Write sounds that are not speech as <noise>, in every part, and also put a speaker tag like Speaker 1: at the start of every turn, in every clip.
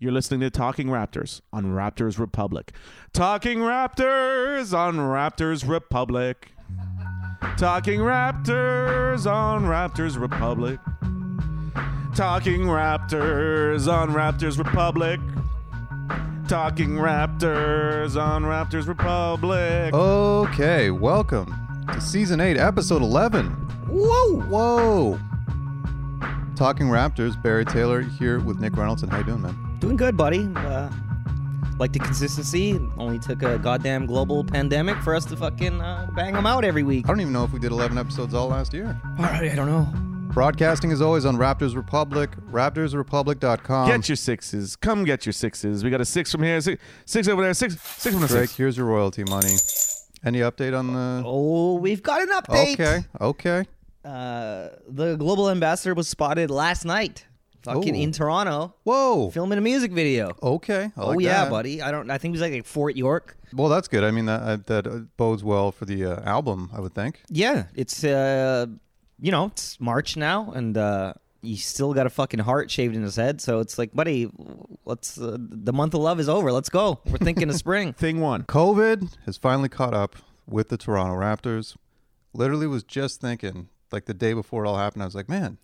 Speaker 1: You're listening to Talking Raptors on Raptors Republic. Talking Raptors on Raptors Republic. Talking Raptors on Raptors Republic. Talking Raptors on Raptors Republic. Talking Raptors on Raptors Republic.
Speaker 2: Oh, Okay, welcome to season eight, episode eleven. Whoa, whoa! Talking Raptors, Barry Taylor here with Nick Reynolds, and how you doing, man?
Speaker 3: Doing good, buddy. Uh, like the consistency. Only took a goddamn global pandemic for us to fucking uh, bang them out every week.
Speaker 2: I don't even know if we did eleven episodes all last year.
Speaker 3: All right, I don't know.
Speaker 2: Broadcasting is always on Raptors Republic, RaptorsRepublic.com.
Speaker 1: Get your sixes. Come get your sixes. We got a six from here, six, six over there, six, six from the
Speaker 2: Drake,
Speaker 1: six.
Speaker 2: here's your royalty money. Any update on the?
Speaker 3: Oh, we've got an update.
Speaker 2: Okay, okay.
Speaker 3: Uh, the global ambassador was spotted last night, fucking
Speaker 2: Oh.
Speaker 3: in Toronto,
Speaker 2: Whoa.
Speaker 3: filming a music video.
Speaker 2: Okay. I
Speaker 3: oh
Speaker 2: like
Speaker 3: yeah,
Speaker 2: that.
Speaker 3: buddy. I don't. I think it was like at Fort York.
Speaker 2: Well, that's good. I mean, that uh, that uh, bodes well for the uh, album, I would think.
Speaker 3: Yeah, it's uh, you know, it's March now, and uh, he still got a fucking heart shaved in his head. So it's like, buddy, let's uh, the month of love is over. Let's go. We're thinking of spring.
Speaker 1: Thing one.
Speaker 2: COVID has finally caught up with the Toronto Raptors. Literally was just thinking, like the day before it all happened, I was like, man,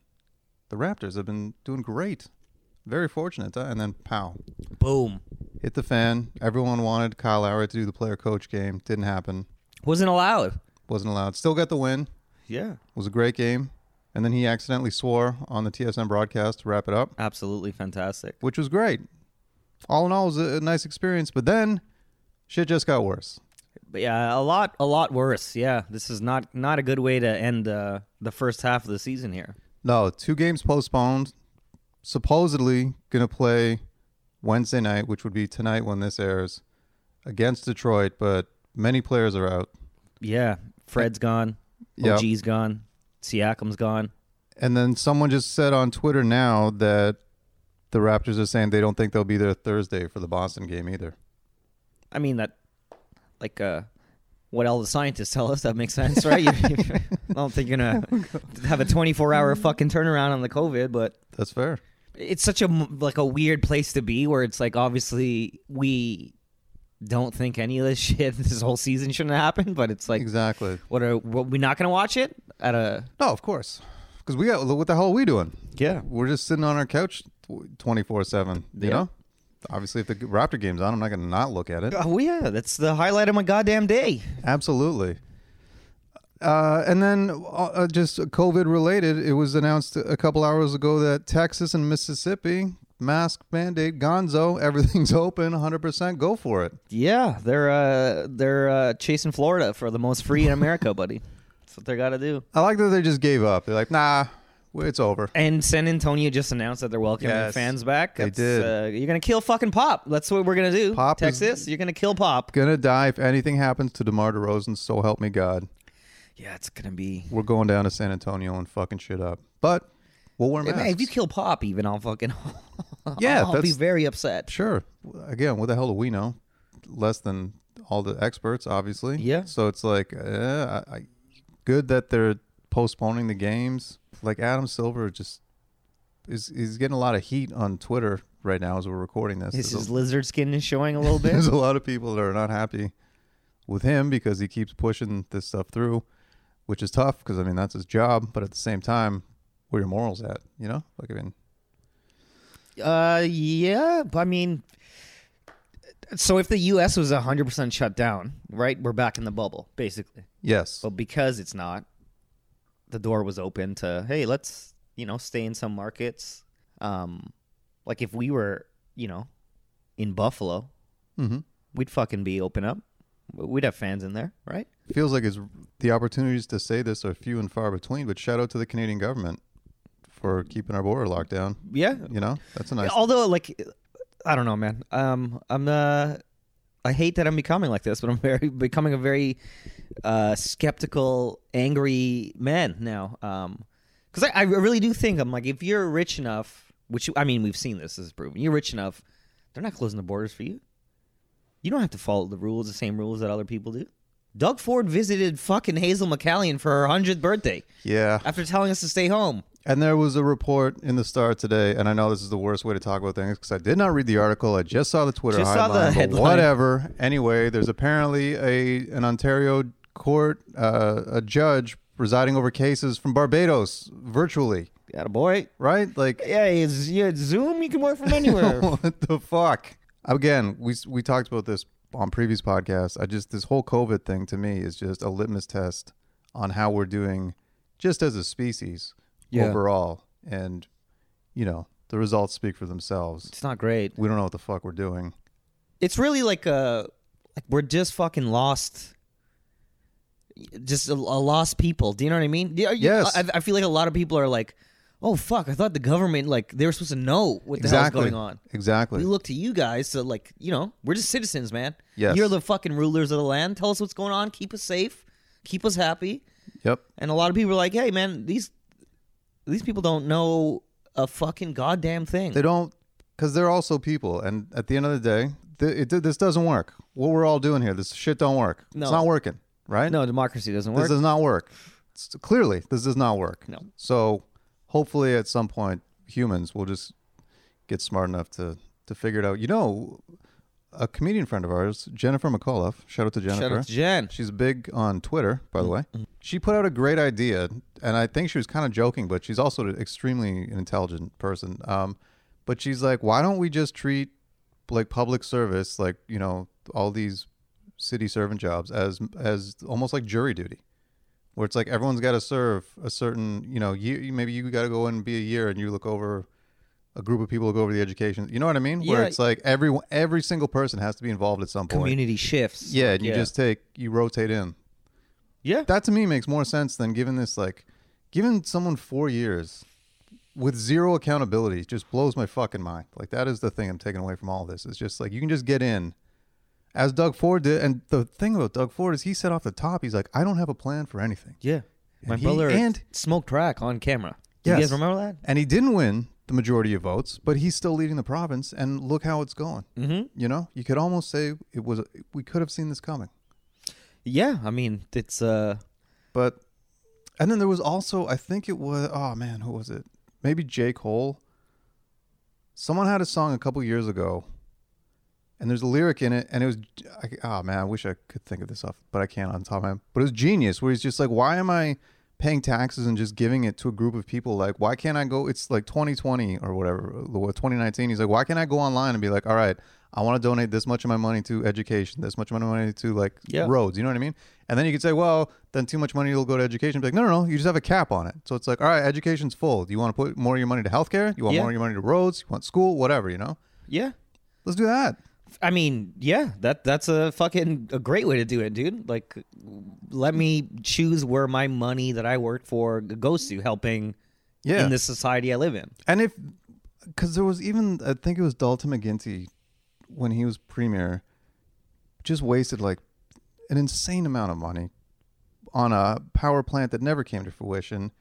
Speaker 2: the Raptors have been doing great. Very fortunate. huh? And then pow,
Speaker 3: <laughs> Boom.
Speaker 2: hit the fan. Everyone wanted Kyle Lowry to do the player coach game. Didn't happen.
Speaker 3: Wasn't allowed.
Speaker 2: Wasn't allowed. Still got the win.
Speaker 3: Yeah.
Speaker 2: Was a great game. And then he accidentally swore on the TSN broadcast to wrap it up.
Speaker 3: Absolutely fantastic.
Speaker 2: which was great. All in all, it was a, a nice experience. But then, shit just got worse.
Speaker 3: But yeah, a lot, a lot worse. Yeah, this is not not a good way to end uh, the first half of the season here.
Speaker 2: No, two games postponed. Supposedly gonna play Wednesday night, which would be tonight when this airs, against Detroit. But many players are out,
Speaker 3: Yeah, Fred's gone.
Speaker 2: Yeah.
Speaker 3: OG's gone. Siakam's gone.
Speaker 2: and then someone just said on Twitter now that the Raptors are saying they don't think they'll be there Thursday for the Boston game either.
Speaker 3: I mean that, like, uh, what all the scientists tell us that makes sense, right? You, I don't think you're gonna have a 24 hour fucking turnaround on the COVID, but
Speaker 2: That's fair.
Speaker 3: it's such a m- like a weird place to be where it's like obviously we don't think any of this <laughs> shit this whole season shouldn't have happened, but it's like
Speaker 2: Exactly.
Speaker 3: what are what, we not gonna watch it at a
Speaker 2: No, of course, because we got what the hell are we doing?
Speaker 3: yeah
Speaker 2: we're just sitting on our couch 24 7 you
Speaker 3: Yeah.
Speaker 2: know obviously if the raptor game's on i'm not gonna not look at it
Speaker 3: oh yeah that's the highlight of my goddamn day
Speaker 2: absolutely uh, and then uh, uh, just covid related it was announced a couple hours ago that texas and mississippi mask mandate gonzo <laughs> everything's open 100% go for it
Speaker 3: yeah they're uh they're uh chasing Florida for the most free in America, buddy. That's what they gotta do.
Speaker 2: i like that they just gave up they're like nah it's over
Speaker 3: And San Antonio just announced that they're welcoming
Speaker 2: Yes,
Speaker 3: fans back.
Speaker 2: they
Speaker 3: That's,
Speaker 2: did.
Speaker 3: Uh, you're gonna kill fucking Pop. That's what we're gonna do.
Speaker 2: Pop is-
Speaker 3: Texas, you're gonna kill Pop.
Speaker 2: gonna die if anything happens to demar DeRozan, so help me god
Speaker 3: Yeah, it's gonna be.
Speaker 2: we're going down to san antonio and fucking shit up but we'll wear
Speaker 3: Hey,
Speaker 2: masks
Speaker 3: man, if you kill Pop, even I'll fucking. <laughs>
Speaker 2: Yeah,
Speaker 3: I'll be
Speaker 2: that's-
Speaker 3: very upset.
Speaker 2: Sure. Again, what the hell do we know? Less than all the experts, obviously.
Speaker 3: Yeah.
Speaker 2: So it's like, uh, I, I, good that they're postponing the games. Like Adam Silver just is is getting a lot of heat on Twitter right now as we're recording this. <laughs>
Speaker 3: His,
Speaker 2: There's
Speaker 3: his
Speaker 2: a-
Speaker 3: lizard skin is showing a little
Speaker 2: <laughs>
Speaker 3: bit.
Speaker 2: there's a lot of people that are not happy with him because he keeps pushing this stuff through, which is tough because I mean that's his job. But at the same time, where your morals at? You know, like I mean,
Speaker 3: uh, yeah, but I mean, so if the U.S. was 100 percent shut down, right, we're back in the bubble basically.
Speaker 2: yes,
Speaker 3: But because it's not, the door was open to hey, let's you know stay in some markets. Um, like if we were you know in Buffalo,
Speaker 2: mm-hmm.
Speaker 3: we'd fucking be open up. We'd have fans in there, right?
Speaker 2: feels like it's the opportunities to say this are few and far between. But shout out to the Canadian government for keeping our border locked down.
Speaker 3: Yeah,
Speaker 2: You know, that's a nice.
Speaker 3: Although, like, I don't know, man. Um, I'm uh, I hate that I'm becoming like this, but I'm <laughs> very becoming a very uh, skeptical, angry man now. Um, because I, I really do think I'm like, if you're rich enough, which you- I mean, we've seen this, this is proven. You're rich enough, they're not closing the borders for you. You don't have to follow the rules, the same rules that other people do. Doug Ford visited fucking Hazel McCallion for her hundredth birthday
Speaker 2: Yeah.
Speaker 3: after telling us to stay home.
Speaker 2: And there was a report in the Star today, and I know this is the worst way to talk about things because I did not read the article. I just saw the Twitter
Speaker 3: Just saw
Speaker 2: headline,
Speaker 3: the
Speaker 2: but
Speaker 3: headline.
Speaker 2: whatever. Anyway, there's apparently a an Ontario court, uh, a judge presiding over cases from Barbados virtually,
Speaker 3: Got a boy.
Speaker 2: right? Like,
Speaker 3: Yeah, it's, yeah, it's Zoom. You can work from
Speaker 2: <laughs>
Speaker 3: anywhere.
Speaker 2: what the fuck? Again, we we talked about this on previous podcasts. I just this whole COVID thing to me is just a litmus test on how we're doing, just as a species
Speaker 3: Yeah.
Speaker 2: overall. And you know, the results speak for themselves.
Speaker 3: it's not great.
Speaker 2: We don't know what the fuck we're doing.
Speaker 3: it's really like a like we're just fucking lost just a, a lost people do you know what i mean Do you- you-
Speaker 2: Yes.
Speaker 3: I, I feel like a lot of people are like oh fuck i thought the government like they were supposed to know what the hell's going on
Speaker 2: Exactly.
Speaker 3: we look to you guys to like you know we're just citizens man
Speaker 2: Yes.
Speaker 3: you're the fucking rulers of the land tell us what's going on keep us safe keep us happy
Speaker 2: yep.
Speaker 3: and a lot of people are like hey man these these people don't know a fucking goddamn thing
Speaker 2: They don't, because they're also people. And at the end of the day, th- it, this doesn't work. What we're all doing here, this shit don't work.
Speaker 3: No.
Speaker 2: It's not working, right?
Speaker 3: no democracy doesn't
Speaker 2: This
Speaker 3: work
Speaker 2: does not work. It's- clearly, this does not work.
Speaker 3: No.
Speaker 2: So hopefully, at some point, humans will just get smart enough to to figure it out. You know, a comedian friend of ours, Jennifer McAuliffe. Shout out to Jennifer.
Speaker 3: shout out to jen
Speaker 2: She's big on Twitter, by the way. She put out a great idea, and I think she was kind of joking, but she's also an extremely intelligent person. Um, but she's like, why don't we just treat like public service, like you know, all these city servant jobs, as as almost like jury duty, where it's like everyone's got to serve a certain, you know, year. Maybe you got to go in and be a year, and you look over. A group of people look over the education. You know what I mean? Where
Speaker 3: Yeah.
Speaker 2: it's like every every single person has to be involved at some point.
Speaker 3: community shifts
Speaker 2: Yeah, and you just take you rotate in.
Speaker 3: yeah
Speaker 2: That to me makes more sense than giving this like giving someone four years with zero accountability just blows my fucking mind. Like that is the thing I'm taking away from all this. It's just like you can just get in. As Doug Ford did and the thing about Doug Ford is he said off the top, he's like, I don't have a plan for anything.
Speaker 3: Yeah. My
Speaker 2: he-
Speaker 3: brother
Speaker 2: and-
Speaker 3: smoked crack on camera. Do
Speaker 2: Yes.
Speaker 3: You guys remember that?
Speaker 2: And he didn't win the majority of votes, but he's still leading the province and look how it's going. Mm-hmm. You know? You could almost say it was we could have seen this coming.
Speaker 3: Yeah, I mean, it's uh
Speaker 2: But and then there was also I think it was oh man, who was it? Maybe Jake Cole. Someone had a song a couple years ago, and there's a lyric in it, and it was I, oh man, I wish I could think of this off, but I can't on top of my head. But it was genius, where he's just like, why am I paying taxes and just giving it to a group of people? Like, why can't I go? It's like 2020 or whatever, or 2019. He's like, why can't I go online and be like, all right, I want to donate this much of my money to education, this much of my money to like
Speaker 3: Yeah.
Speaker 2: roads. You know what I mean? And then you could say, well, then too much money will go to education. Be like, no, no, no, you just have a cap on it. So it's like, all right, education's full. Do you want to put more of your money to healthcare? You want
Speaker 3: Yeah.
Speaker 2: more of your money to roads? You want school? Whatever, you know?
Speaker 3: yeah.
Speaker 2: Let's do that.
Speaker 3: I mean, yeah, that that's a fucking a great way to do it, dude. Like let me choose where my money that I work for goes to helping
Speaker 2: Yeah.
Speaker 3: in the society I live in.
Speaker 2: And if, because there was even, I think it was Dalton McGuinty when he was premier, just wasted like an insane amount of money on a power plant that never came to fruition.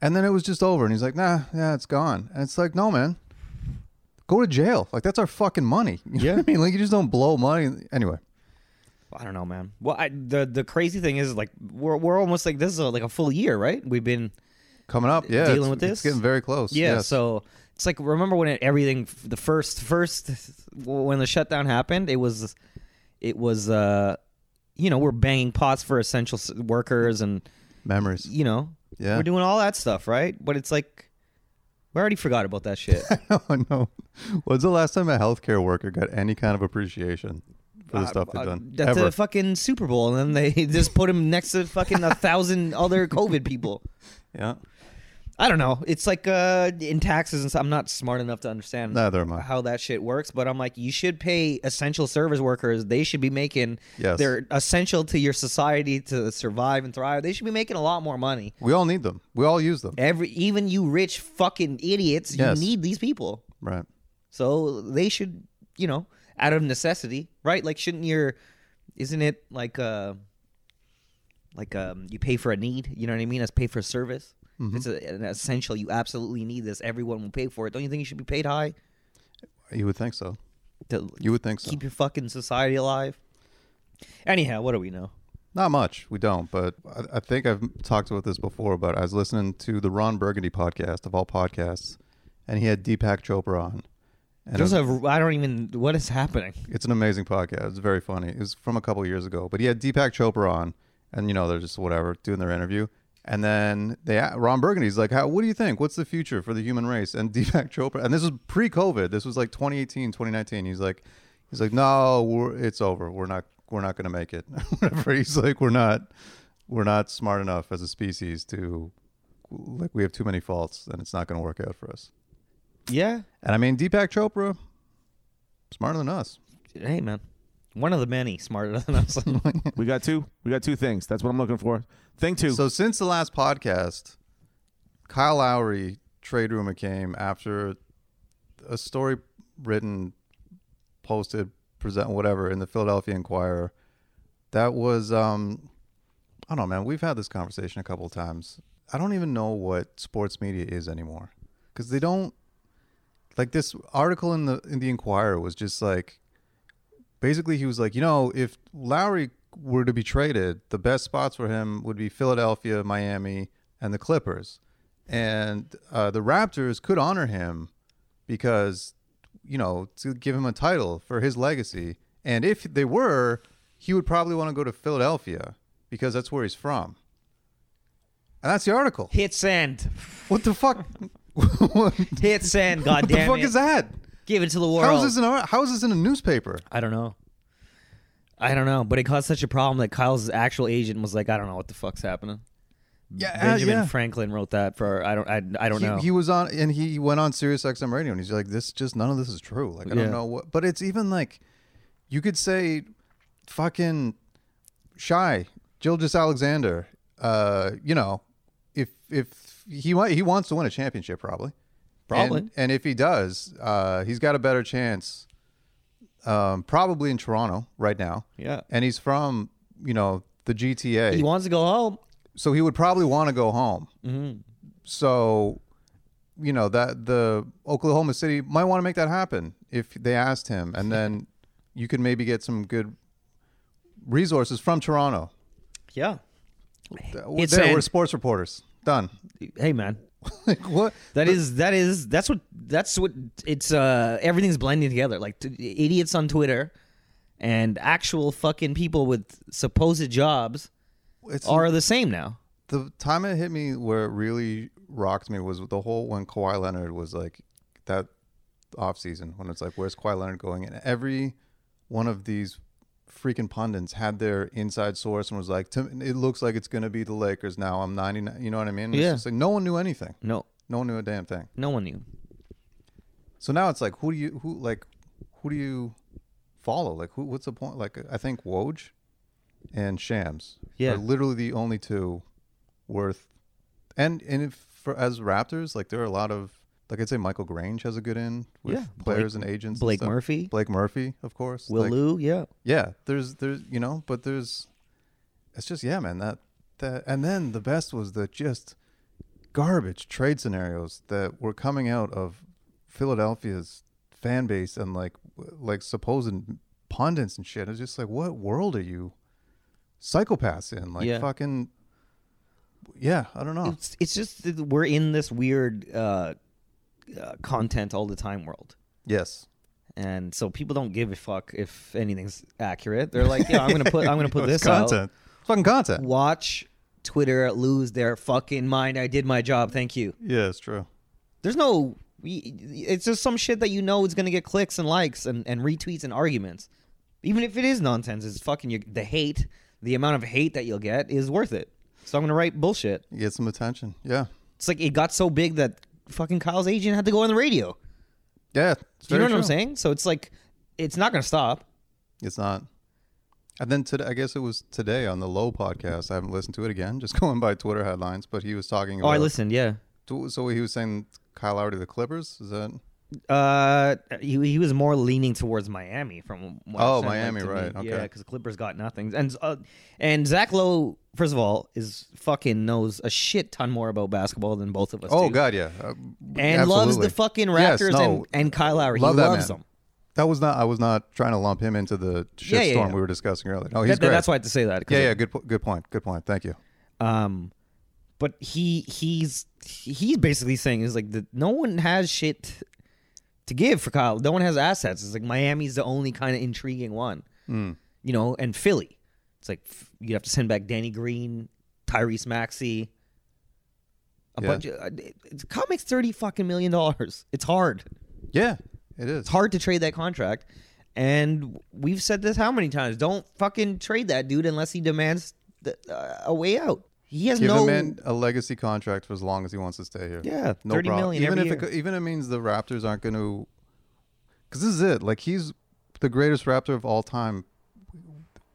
Speaker 2: And then it was just over. And he's like, nah, yeah, it's gone. And it's like, no, man, go to jail. Like, that's our fucking money. <laughs> You know
Speaker 3: Yeah.
Speaker 2: what I mean, like, you just don't blow money. Anyway,
Speaker 3: I don't know, man. Well, I, the the crazy thing is like we're we're almost like this is a, like a full year, right? We've been
Speaker 2: coming up, yeah.
Speaker 3: Dealing
Speaker 2: it's-
Speaker 3: with
Speaker 2: It's
Speaker 3: this?
Speaker 2: getting very close.
Speaker 3: Yeah,
Speaker 2: Yes.
Speaker 3: so it's like remember when it, everything the first first when the shutdown happened, it was it was uh you know, we're banging pots for essential s- workers and
Speaker 2: memories.
Speaker 3: you know,
Speaker 2: Yeah.
Speaker 3: we're doing all that stuff, right? But it's like we already forgot about that shit.
Speaker 2: oh, no. When's the last time a healthcare worker got any kind of appreciation for the stuff they've <laughs>
Speaker 3: Uh,
Speaker 2: done?
Speaker 3: At
Speaker 2: Ever.
Speaker 3: the fucking Super Bowl, and then they <laughs> just put him next to fucking a thousand other COVID people.
Speaker 2: yeah.
Speaker 3: I don't know. It's like uh, in taxes and stuff. I'm not smart enough to understand
Speaker 2: Neither am I.
Speaker 3: how that shit works, but I'm like, you should pay essential service workers. They should be making.
Speaker 2: Yes.
Speaker 3: They're essential to your society to survive and thrive. They should be making a lot more money.
Speaker 2: We all need them. We all use them.
Speaker 3: Every even you rich fucking idiots,
Speaker 2: Yes.
Speaker 3: you need these people.
Speaker 2: Right.
Speaker 3: So they should you know, out of necessity, right? Like, shouldn't your, isn't it like, uh, like um, you pay for a need? You know what I mean? As pay for a service.
Speaker 2: Mm-hmm.
Speaker 3: If It's a, an essential. You absolutely need this. Everyone will pay for it. Don't you think you should be paid high
Speaker 2: You would think so.
Speaker 3: to
Speaker 2: You would think so.
Speaker 3: keep your fucking society alive? Anyhow, what do we know?
Speaker 2: Not much. We don't. But I, I think I've talked about this before. But I was listening to the Ron Burgundy podcast of all podcasts, and he had Deepak Chopra on. And it was-
Speaker 3: There's a, I don't even. What is happening?
Speaker 2: It's an amazing podcast. It's very funny. It was from a couple years ago, but he had Deepak Chopra on, and you know they're just whatever doing their interview, and then they a- Ron Burgundy's like, "How? What do you think? What's the future for the human race?" And <laughs> Deepak Chopra, and this was pre-COVID. This was like 2018, 2019. He's like, he's like, "No, we're, it's over. We're not. We're not going to make it." <laughs> Whatever. He's like, "We're not. We're not smart enough as a species to like. We have too many faults, and it's not going to work out for us."
Speaker 3: Yeah.
Speaker 2: And I mean, Deepak Chopra, smarter than us.
Speaker 3: Hey, man. One of the many smarter
Speaker 2: <laughs>
Speaker 3: than us.
Speaker 1: We got two. We got two things. That's what I'm looking for. Thing two.
Speaker 2: So since the last podcast, Kyle Lowry trade rumor came after a story written, posted, present whatever in the Philadelphia Inquirer. That was um I don't know, man. We've had this conversation a couple of times. I don't even know what sports media is anymore cuz they don't like this article in the in the Inquirer was just like basically he was like, you know, if Lowry were to be traded, the best spots for him would be Philadelphia, Miami, and the Clippers, and uh, the Raptors could honor him because you know to give him a title for his legacy, and if they were, he would probably want to go to Philadelphia because that's where he's from. And that's the article.
Speaker 3: Hit send.
Speaker 2: What the fuck? <laughs> what
Speaker 3: Hit send.
Speaker 2: what
Speaker 3: God
Speaker 2: the
Speaker 3: Ah, damn
Speaker 2: fuck
Speaker 3: it.
Speaker 2: is that?
Speaker 3: Give it to the world.
Speaker 2: How is this in a, how is this in a newspaper?
Speaker 3: I don't know. I don't know, but it caused such a problem that Kyle's actual agent was like, "I don't know what the fuck's happening."
Speaker 2: Uh, Yeah,
Speaker 3: Benjamin Franklin wrote that for I don't I, I don't
Speaker 2: he,
Speaker 3: know.
Speaker 2: he was on and he went on Sirius XM radio and he's like, This just none of this is true. Like I
Speaker 3: Yeah.
Speaker 2: don't know what but it's even like you could say fucking shy, Jill just Alexander, uh, you know, if if he wa- he wants to win a championship probably.
Speaker 3: Probably.
Speaker 2: And, and if he does, uh, he's got a better chance um, probably in Toronto right now.
Speaker 3: Yeah.
Speaker 2: And he's from, you know, the GTA
Speaker 3: he wants to go home.
Speaker 2: so he would probably want to go home.
Speaker 3: Mm-hmm.
Speaker 2: So, you know that the Oklahoma City might want to make that happen if they asked him, and then you could maybe get some good resources from Toronto.
Speaker 3: Yeah.
Speaker 2: We're,
Speaker 3: It's
Speaker 2: there,
Speaker 3: an-
Speaker 2: we're sports reporters. Done. <laughs>
Speaker 3: Hey man,
Speaker 2: like what?
Speaker 3: that is that is that's what that's what it's uh everything's blending together like t- idiots on Twitter and actual fucking people with supposed jobs
Speaker 2: It's
Speaker 3: are the same now.
Speaker 2: the time it hit me where it really rocked me was the whole when Kawhi Leonard was like that off season when it's like where's Kawhi Leonard going and every one of these freaking pundits had their inside source and was like "To- it looks like it's going to be the Lakers now I'm 99 you know what I mean And it's
Speaker 3: Yeah.
Speaker 2: just like no one knew anything
Speaker 3: No,
Speaker 2: no one knew a damn thing
Speaker 3: no one knew.
Speaker 2: so now it's like who do you who like who do you follow like who what's the point like I think Woj and Shams
Speaker 3: Yeah.
Speaker 2: are literally the only two worth. And and if for as Raptors, like there are a lot of like I'd say Michael Grange has a good in with
Speaker 3: Yeah,
Speaker 2: players and agents. and
Speaker 3: Blake
Speaker 2: stuff.
Speaker 3: Murphy.
Speaker 2: Blake Murphy, of course.
Speaker 3: Will
Speaker 2: Like,
Speaker 3: Lou, yeah.
Speaker 2: Yeah, there's there's you know, but there's it's just yeah, man. That that and then the best was the just garbage trade scenarios that were coming out of Philadelphia's fan base and like like supposed pundits and shit. It's just like what world are you psychopaths in? Like
Speaker 3: Yeah.
Speaker 2: fucking yeah, I don't know.
Speaker 3: It's it's just that we're in this weird uh, uh, content all the time world,
Speaker 2: Yes.
Speaker 3: and so people don't give a fuck if anything's accurate. They're like, yeah, I'm gonna put I'm gonna put this
Speaker 2: content. <laughs> It's fucking
Speaker 3: out.
Speaker 2: content.
Speaker 3: Watch Twitter lose their fucking mind. I did my job. Thank you.
Speaker 2: Yeah, it's true.
Speaker 3: There's no. It's just some shit that you know is gonna get clicks and likes and, and retweets and arguments, even if it is nonsense. It's fucking you, the hate. The amount of hate that you'll get is worth it. So I'm gonna write bullshit.
Speaker 2: You get some attention. Yeah.
Speaker 3: It's like it got so big that fucking Kyle's agent had to go on the radio.
Speaker 2: Yeah. it's
Speaker 3: Do you know
Speaker 2: very
Speaker 3: what I'm
Speaker 2: true.
Speaker 3: saying? So it's like it's not going to stop.
Speaker 2: It's not. And then today, I guess it was today on the Low podcast. I haven't listened to it again, <laughs> just going by Twitter headlines. But he was talking.
Speaker 3: Oh,
Speaker 2: About,
Speaker 3: I listened. Yeah,
Speaker 2: So he was saying Kyle Lowry to the Clippers. Is that?
Speaker 3: Uh, he, he was more leaning towards Miami from. What
Speaker 2: Oh,
Speaker 3: it sounded
Speaker 2: Miami,
Speaker 3: like to
Speaker 2: right,
Speaker 3: me.
Speaker 2: okay.
Speaker 3: Yeah, because the Clippers got nothing, and uh, and Zach Lowe, first of all, is fucking knows a shit ton more about basketball than both of us.
Speaker 2: Oh
Speaker 3: do.
Speaker 2: God, yeah, Uh,
Speaker 3: and loves
Speaker 2: absolutely.
Speaker 3: the fucking
Speaker 2: Yes,
Speaker 3: Raptors
Speaker 2: no,
Speaker 3: and and Kyle Lowry.
Speaker 2: Love
Speaker 3: he
Speaker 2: that
Speaker 3: loves
Speaker 2: man.
Speaker 3: them.
Speaker 2: That was not. I was not trying to lump him into the shitstorm
Speaker 3: Yeah, yeah, yeah.
Speaker 2: we were discussing earlier. No, he's
Speaker 3: That- that-
Speaker 2: great.
Speaker 3: that's why I had to say that. 'cause
Speaker 2: Yeah,
Speaker 3: it-
Speaker 2: yeah. Good, po- good point. Good point. Thank you.
Speaker 3: Um, but he he's he's basically saying is like the, no one has shit to give for Kyle. No one has assets. It's like Miami's the only kind of intriguing one,
Speaker 2: Hmm.
Speaker 3: you know, and Philly. It's like f- you have to send back Danny Green, Tyrese Maxey. A
Speaker 2: Yeah.
Speaker 3: bunch of uh, it- it's- Kyle makes thirty fucking million dollars. It's hard.
Speaker 2: Yeah, it is.
Speaker 3: It's hard to trade that contract, and we've said this how many times? Don't fucking trade that dude unless he demands the, uh, a way out. He has
Speaker 2: Give
Speaker 3: no
Speaker 2: him in a legacy contract for as long as he wants to stay here.
Speaker 3: Yeah,
Speaker 2: no
Speaker 3: $30
Speaker 2: problem.
Speaker 3: million
Speaker 2: even
Speaker 3: every
Speaker 2: if
Speaker 3: year.
Speaker 2: it, even if it means the Raptors aren't going to, because this is it. Like he's the greatest Raptor of all time.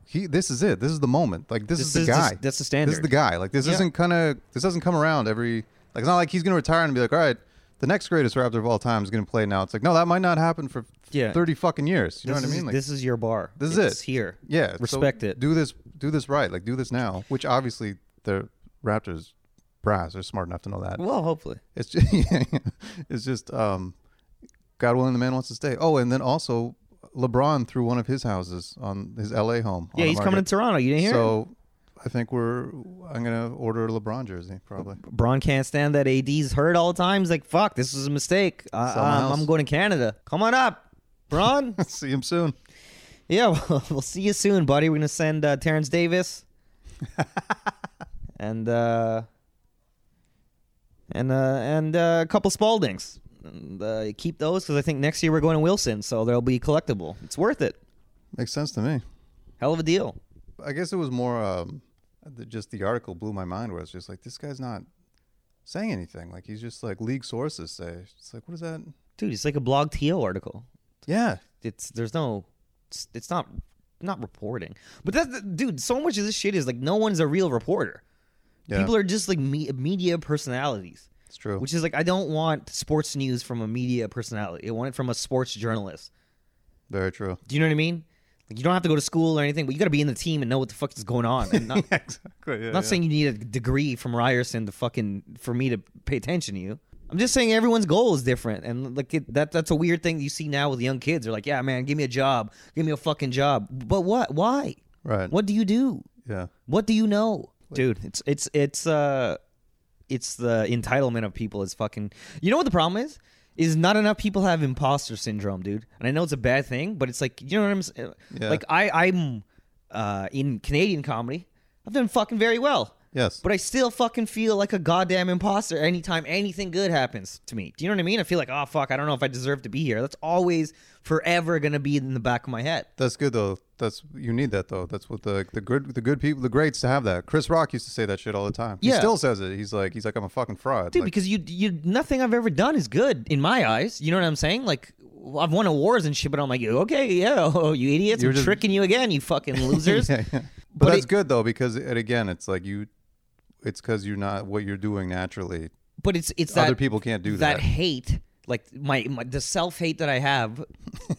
Speaker 2: He, this is it. This is the moment. Like this,
Speaker 3: This
Speaker 2: is the
Speaker 3: is the-
Speaker 2: guy.
Speaker 3: that's the
Speaker 2: This is the
Speaker 3: standard.
Speaker 2: guy. Like this
Speaker 3: Yeah.
Speaker 2: isn't kind of this doesn't come around every. Like it's not like he's going to retire and be like, all right, the next greatest Raptor of all time is going to play now. It's like no, that might not happen for
Speaker 3: Yeah.
Speaker 2: thirty fucking years. You know
Speaker 3: this
Speaker 2: what I
Speaker 3: is-
Speaker 2: mean? Like,
Speaker 3: this is your bar.
Speaker 2: This is
Speaker 3: it's
Speaker 2: it.
Speaker 3: here.
Speaker 2: Yeah, so
Speaker 3: Respect it.
Speaker 2: Do this, do this right. Like do this now. Which obviously the Raptors brass are smart enough to know that.
Speaker 3: Well, hopefully.
Speaker 2: It's <laughs> just, it's just, um, God willing, the man wants to stay. Oh, and then also LeBron threw one of his houses on his LA home. on
Speaker 3: Yeah,
Speaker 2: the
Speaker 3: he's coming to
Speaker 2: market.
Speaker 3: Toronto. You didn't hear? So,
Speaker 2: So I think we're. I'm gonna order a LeBron jersey probably. <laughs>
Speaker 3: Braun can't stand that AD's hurt all the time. He's like, "Fuck, this is a mistake. Uh,
Speaker 2: Someone
Speaker 3: um,
Speaker 2: else.
Speaker 3: I'm going to Canada. Come on up,
Speaker 2: <laughs>
Speaker 3: Braun."
Speaker 2: See him soon.
Speaker 3: yeah, <laughs> well, we'll see you soon, buddy. We're gonna send uh, Terrence
Speaker 2: <laughs>
Speaker 3: Davis, and uh, and uh, and uh, a couple Spaldings. And, uh, keep those because I think next year we're going to Wilson, so they'll be collectible. It's worth it.
Speaker 2: Makes sense to me.
Speaker 3: Hell of a deal.
Speaker 2: I guess it was more um, the, just the article blew my mind where it's just like this guy's not saying anything. Like he's just like league sources say. It's like what is that?
Speaker 3: dude it's like a blog to article
Speaker 2: Yeah,
Speaker 3: it's there's no it's, it's not not reporting but that's the, dude so much of this shit is like no one's a real reporter
Speaker 2: yeah,
Speaker 3: people are just like me, media personalities
Speaker 2: it's true.
Speaker 3: which is like i don't want sports news from a media personality i want it from a sports journalist
Speaker 2: Very true.
Speaker 3: do you know what i mean like you don't have to go to school or anything but you got to be in the team and know what the fuck is going on and not,
Speaker 2: exactly. <laughs> Yeah,
Speaker 3: I'm not saying you need a degree from Ryerson to fucking for me to pay attention to you. I'm just saying everyone's goal is different, and like it, that that's a weird thing you see now with young kids. They're like, "Yeah, man, give me a job, give me a fucking job." But what? Why?
Speaker 2: right.
Speaker 3: What do you do?
Speaker 2: Yeah,
Speaker 3: What do you know, dude? It's it's it's uh, it's the entitlement of people is fucking. You know what the problem is? Is not enough people have imposter syndrome, dude. And I know it's a bad thing, but it's like you know what I'm saying.
Speaker 2: Yeah.
Speaker 3: Like I I'm uh in Canadian comedy, I've done fucking very well.
Speaker 2: Yes.
Speaker 3: But I still fucking feel like a goddamn imposter anytime anything good happens to me. Do you know what I mean? I feel like, oh fuck, I don't know if I deserve to be here. That's always forever gonna be in the back of my head.
Speaker 2: that's good though. That's you need that though. That's what the the good the good people the greats to have that. Chris Rock used to say that shit all the time. He
Speaker 3: Yeah.
Speaker 2: still says it. He's like he's like I'm a fucking fraud.
Speaker 3: dude
Speaker 2: Like,
Speaker 3: because you you nothing i've ever done is good in my eyes you know what i'm saying like i've won awards and shit but i'm like okay yeah <laughs> oh you idiots
Speaker 2: You're
Speaker 3: i'm
Speaker 2: just-
Speaker 3: tricking you again you fucking
Speaker 2: <laughs>
Speaker 3: losers
Speaker 2: yeah, yeah. But,
Speaker 3: But
Speaker 2: that's
Speaker 3: it-
Speaker 2: good though because and again it's like you, it's because you're not what you're doing naturally.
Speaker 3: but it's it's that
Speaker 2: Other people can't do that.
Speaker 3: hate like my, my the self-hate that
Speaker 2: <laughs>
Speaker 3: i have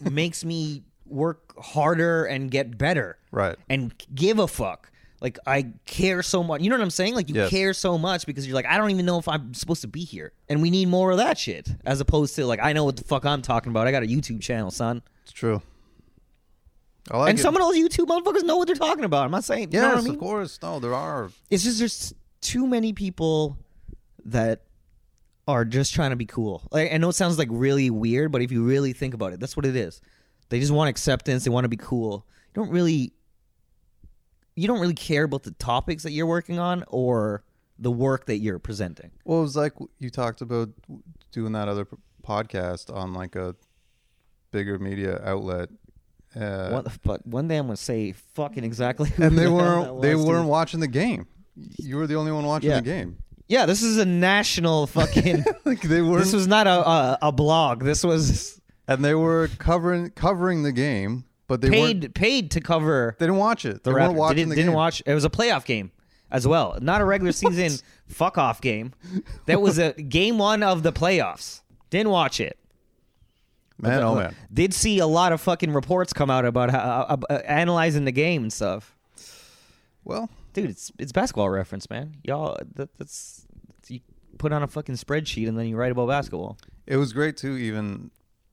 Speaker 3: makes me work harder and get better
Speaker 2: Right.
Speaker 3: and give a fuck like i care so much you know what i'm saying like you
Speaker 2: Yes.
Speaker 3: care so much because you're like i don't even know if i'm supposed to be here and we need more of that shit as opposed to like i know what the fuck i'm talking about i got a youtube channel son
Speaker 2: It's true. I like
Speaker 3: and
Speaker 2: it.
Speaker 3: some of those YouTube motherfuckers know what they're talking about. I'm not saying, you know what I
Speaker 2: Yes,
Speaker 3: mean?
Speaker 2: of course. No, there are.
Speaker 3: It's just there's too many people that are just trying to be cool. Like, I know it sounds like really weird, but if you really think about it, that's what it is. They just want acceptance. They want to be cool. You don't really, you don't really care about the topics that you're working on or the work that you're presenting.
Speaker 2: Well, it was like you talked about doing that other p- podcast on like a bigger media outlet. Uh,
Speaker 3: One, but one day I'm gonna say fucking exactly. who
Speaker 2: and they
Speaker 3: the hell
Speaker 2: weren't
Speaker 3: <laughs> that
Speaker 2: they
Speaker 3: was, dude.
Speaker 2: weren't watching the game. You were the only one watching
Speaker 3: Yeah.
Speaker 2: the game. <laughs>
Speaker 3: Yeah, this is a national fucking.
Speaker 2: Like they were,
Speaker 3: this was not a, a a blog. This was
Speaker 2: and they were covering covering the game, but they weren't.
Speaker 3: paid paid to cover
Speaker 2: They didn't watch it.
Speaker 3: the
Speaker 2: they weren't
Speaker 3: Raptors.
Speaker 2: watching
Speaker 3: didn't,
Speaker 2: the
Speaker 3: didn't
Speaker 2: game.
Speaker 3: watch. It was a playoff game as well, not
Speaker 2: <laughs>
Speaker 3: a regular season fuck off game. That was a game one of the playoffs. Didn't watch it.
Speaker 2: Man, oh man.
Speaker 3: Did see a lot of fucking reports come out about how, uh, uh, analyzing the game and stuff.
Speaker 2: Well,
Speaker 3: Dude, it's it's basketball reference, man. Y'all, that, that's you put on a fucking spreadsheet and then you write about basketball.
Speaker 2: it was great too. Even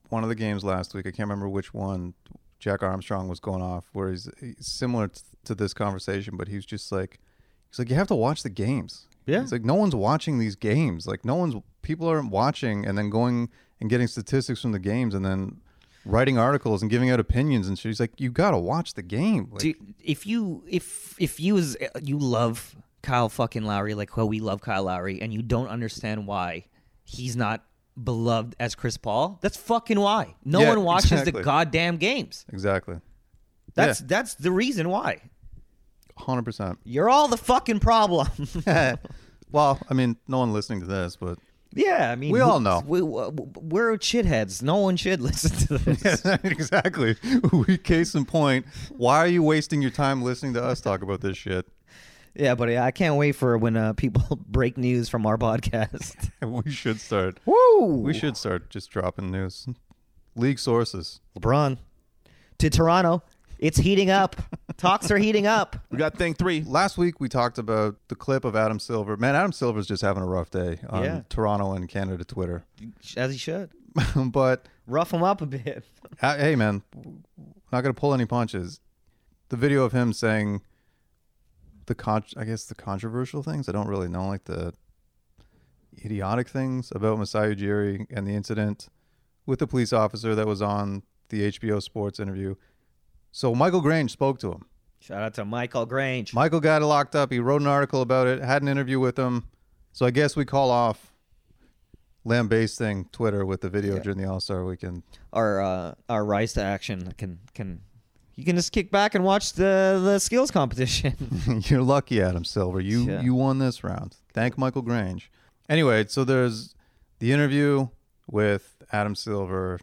Speaker 2: one of the games last week, I can't remember which one. Jack Armstrong was going off, where he's, he's similar t- to this conversation, but he was just like, he's like, you have to watch the games.
Speaker 3: Yeah.
Speaker 2: it's like no one's watching these games. Like no one's people aren't watching, and then going and getting statistics from the games, and then writing articles and giving out opinions and shit. He's like, you gotta watch the game. Like,
Speaker 3: Dude, if you if if you is you love Kyle fucking Lowry like how we love Kyle Lowry and you don't understand why he's not beloved as Chris Paul, that's fucking why. No
Speaker 2: Yeah,
Speaker 3: one watches
Speaker 2: exactly.
Speaker 3: the goddamn games.
Speaker 2: exactly,
Speaker 3: That's that's the reason why.
Speaker 2: hundred percent.
Speaker 3: You're all the
Speaker 2: <laughs>
Speaker 3: fucking problem. <laughs>
Speaker 2: Well, I mean, no one listening to this, but
Speaker 3: yeah, I mean
Speaker 2: We
Speaker 3: who-
Speaker 2: all know.
Speaker 3: we, we're shitheads. No one should <laughs> listen to this.
Speaker 2: <laughs> exactly. We case in point. Why are you wasting your time listening to us talk about this shit? <laughs>
Speaker 3: Yeah, but I can't wait for when uh, people <laughs> break news from our <laughs> podcast.
Speaker 2: We should start.
Speaker 3: Woo!
Speaker 2: We should start just dropping news. League sources.
Speaker 3: LeBron to Toronto. It's heating <laughs> up. Talks are heating up.
Speaker 1: We got thing three.
Speaker 2: Last week we talked about the clip of Adam Silver. Man, Adam Silver's just having a rough day on
Speaker 3: Yeah.
Speaker 2: Toronto and Canada Twitter. <laughs>
Speaker 3: As he should.
Speaker 2: but
Speaker 3: Rough him up a bit.
Speaker 2: uh, hey, man, not gonna pull any punches. The video of him saying the con- I guess the controversial things. I don't really know, like the idiotic things about Masai Ujiri and the incident with the police officer that was on the HBO Sports interview. So Michael Grange spoke to him.
Speaker 3: Shout out to Michael Grange.
Speaker 2: Michael got it locked up. He wrote an article about it. Had an interview with him. So I guess we call off lambasting Twitter with the video during the All Star weekend.
Speaker 3: our uh, our rise to action can can you can just kick back and watch the the skills competition. <laughs>
Speaker 2: <laughs> You're lucky, Adam Silver. You
Speaker 3: Yeah.
Speaker 2: you won this round. Thank Michael Grange. Anyway, so there's the interview with Adam Silver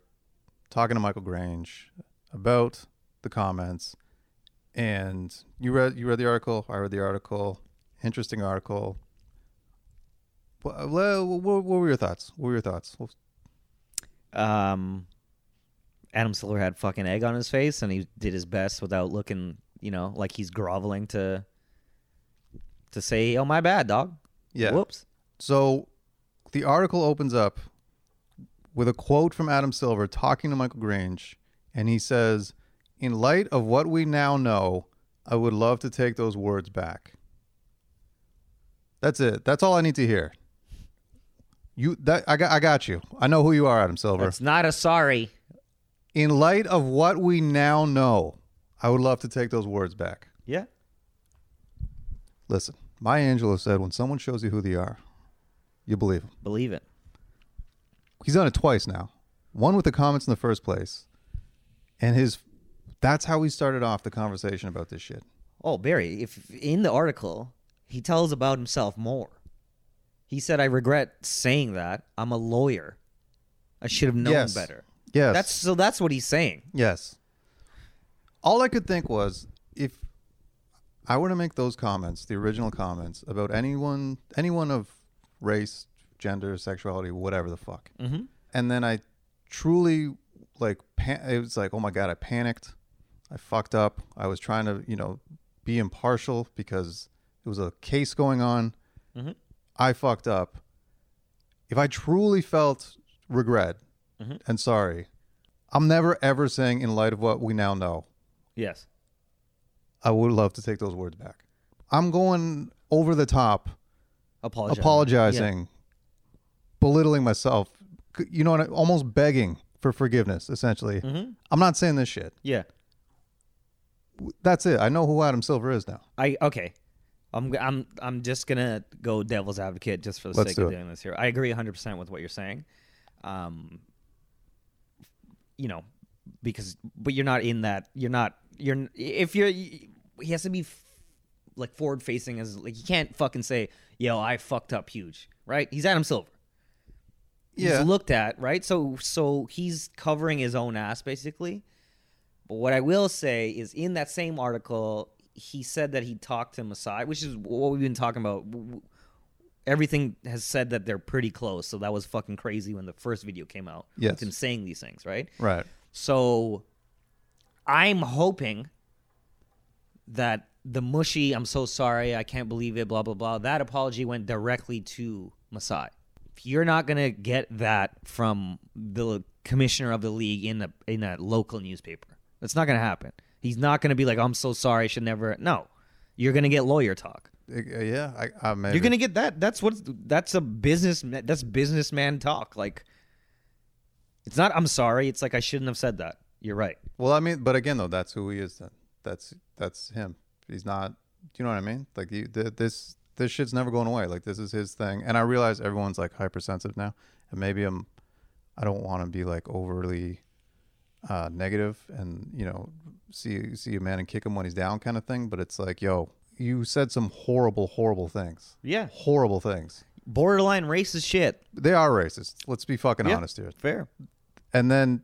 Speaker 2: talking to Michael Grange about the comments. And you read you read the article. I read the article. Interesting article. Wha- wha- wha- What were your thoughts? What were your thoughts? Well,
Speaker 3: um, Adam Silver had fucking egg on his face, and he did his best without looking, you know, like he's groveling to to say, "Oh, my bad, dog."
Speaker 2: Yeah.
Speaker 3: Whoops.
Speaker 2: So the article opens up with a quote from Adam Silver talking to Michael Grange, and he says, In light of what we now know, I would love to take those words back. That's it. That's all I need to hear. You that I got I got you. I know who you are, Adam Silver.
Speaker 3: That's not a sorry.
Speaker 2: In light of what we now know, I would love to take those words back.
Speaker 3: Yeah.
Speaker 2: Listen, my Angelo said when someone shows you who they are, you believe them.
Speaker 3: Believe it.
Speaker 2: he's done it twice now. One with the comments in the first place, and his that's how he started off the conversation about this shit.
Speaker 3: Oh, Barry, if in the article he tells about himself more. He said, "I regret saying that. I'm a lawyer. I should have known
Speaker 2: Yes.
Speaker 3: better."
Speaker 2: Yes,
Speaker 3: That's so. That's what he's saying.
Speaker 2: yes. All I could think was if I were to make those comments, the original comments about anyone, anyone of race, gender, sexuality, whatever the fuck, mm-hmm. and then I truly like pan- it was like, oh my god, I panicked, I fucked up, I was trying to you know be impartial because it was a case going on, I fucked up. If I truly felt regret and sorry, I'm never ever saying in light of what we now know,
Speaker 3: Yes.
Speaker 2: I would love to take those words back. I'm going over the top,
Speaker 3: Apologizing.
Speaker 2: apologizing, belittling myself. C- You know what? I- Almost begging for forgiveness, essentially.
Speaker 3: Mm-hmm.
Speaker 2: I'm not saying this shit.
Speaker 3: Yeah. yeah.
Speaker 2: That's it. I know who Adam Silver is now.
Speaker 3: I okay. I'm I'm I'm just gonna go devil's advocate just for the
Speaker 2: Let's
Speaker 3: sake
Speaker 2: do
Speaker 3: of
Speaker 2: it.
Speaker 3: doing this here. I agree 100 percent with what you're saying. Um, you know, because but you're not in that. You're not. You're n- if you're. He has to be f- like forward facing as like you can't fucking say yo I fucked up huge right. He's Adam Silver. He's
Speaker 2: Yeah.
Speaker 3: looked at right. So so he's covering his own ass basically. But what I will say is, in that same article, he said that he talked to Masai, which is what we've been talking about. W- w- everything has said that they're pretty close. So that was fucking crazy when the first video came out.
Speaker 2: Yes.
Speaker 3: With him saying these things, right?
Speaker 2: Right.
Speaker 3: So I'm hoping that the mushy, I'm so sorry, I can't believe it, blah, blah, blah, that apology went directly to Masai. If you're not going to get that from the commissioner of the league in a, in a local newspaper, that's not going to happen. He's not going to be like, I'm so sorry, I should never. No, you're going to get lawyer talk.
Speaker 2: Uh, yeah. I, I maybe.
Speaker 3: You're gonna get that. That's what. That's a business. That's businessman talk. Like, it's not. I'm sorry. It's like I shouldn't have said that. You're right.
Speaker 2: Well, I mean, but again, though, that's who he is. Then that's that's him. He's not. You know what I mean? Like you, th- this this shit's never going away. Like this is his thing. And I realize everyone's like hypersensitive now, and maybe I'm. I don't want to be like overly uh, negative and you know see see a man and kick him when he's down kind of thing. But it's like, yo, you said some horrible, horrible things.
Speaker 3: Yeah.
Speaker 2: Horrible things.
Speaker 3: Borderline racist shit.
Speaker 2: They are racist. Let's be fucking
Speaker 3: Yeah.
Speaker 2: honest here
Speaker 3: Fair.
Speaker 2: and then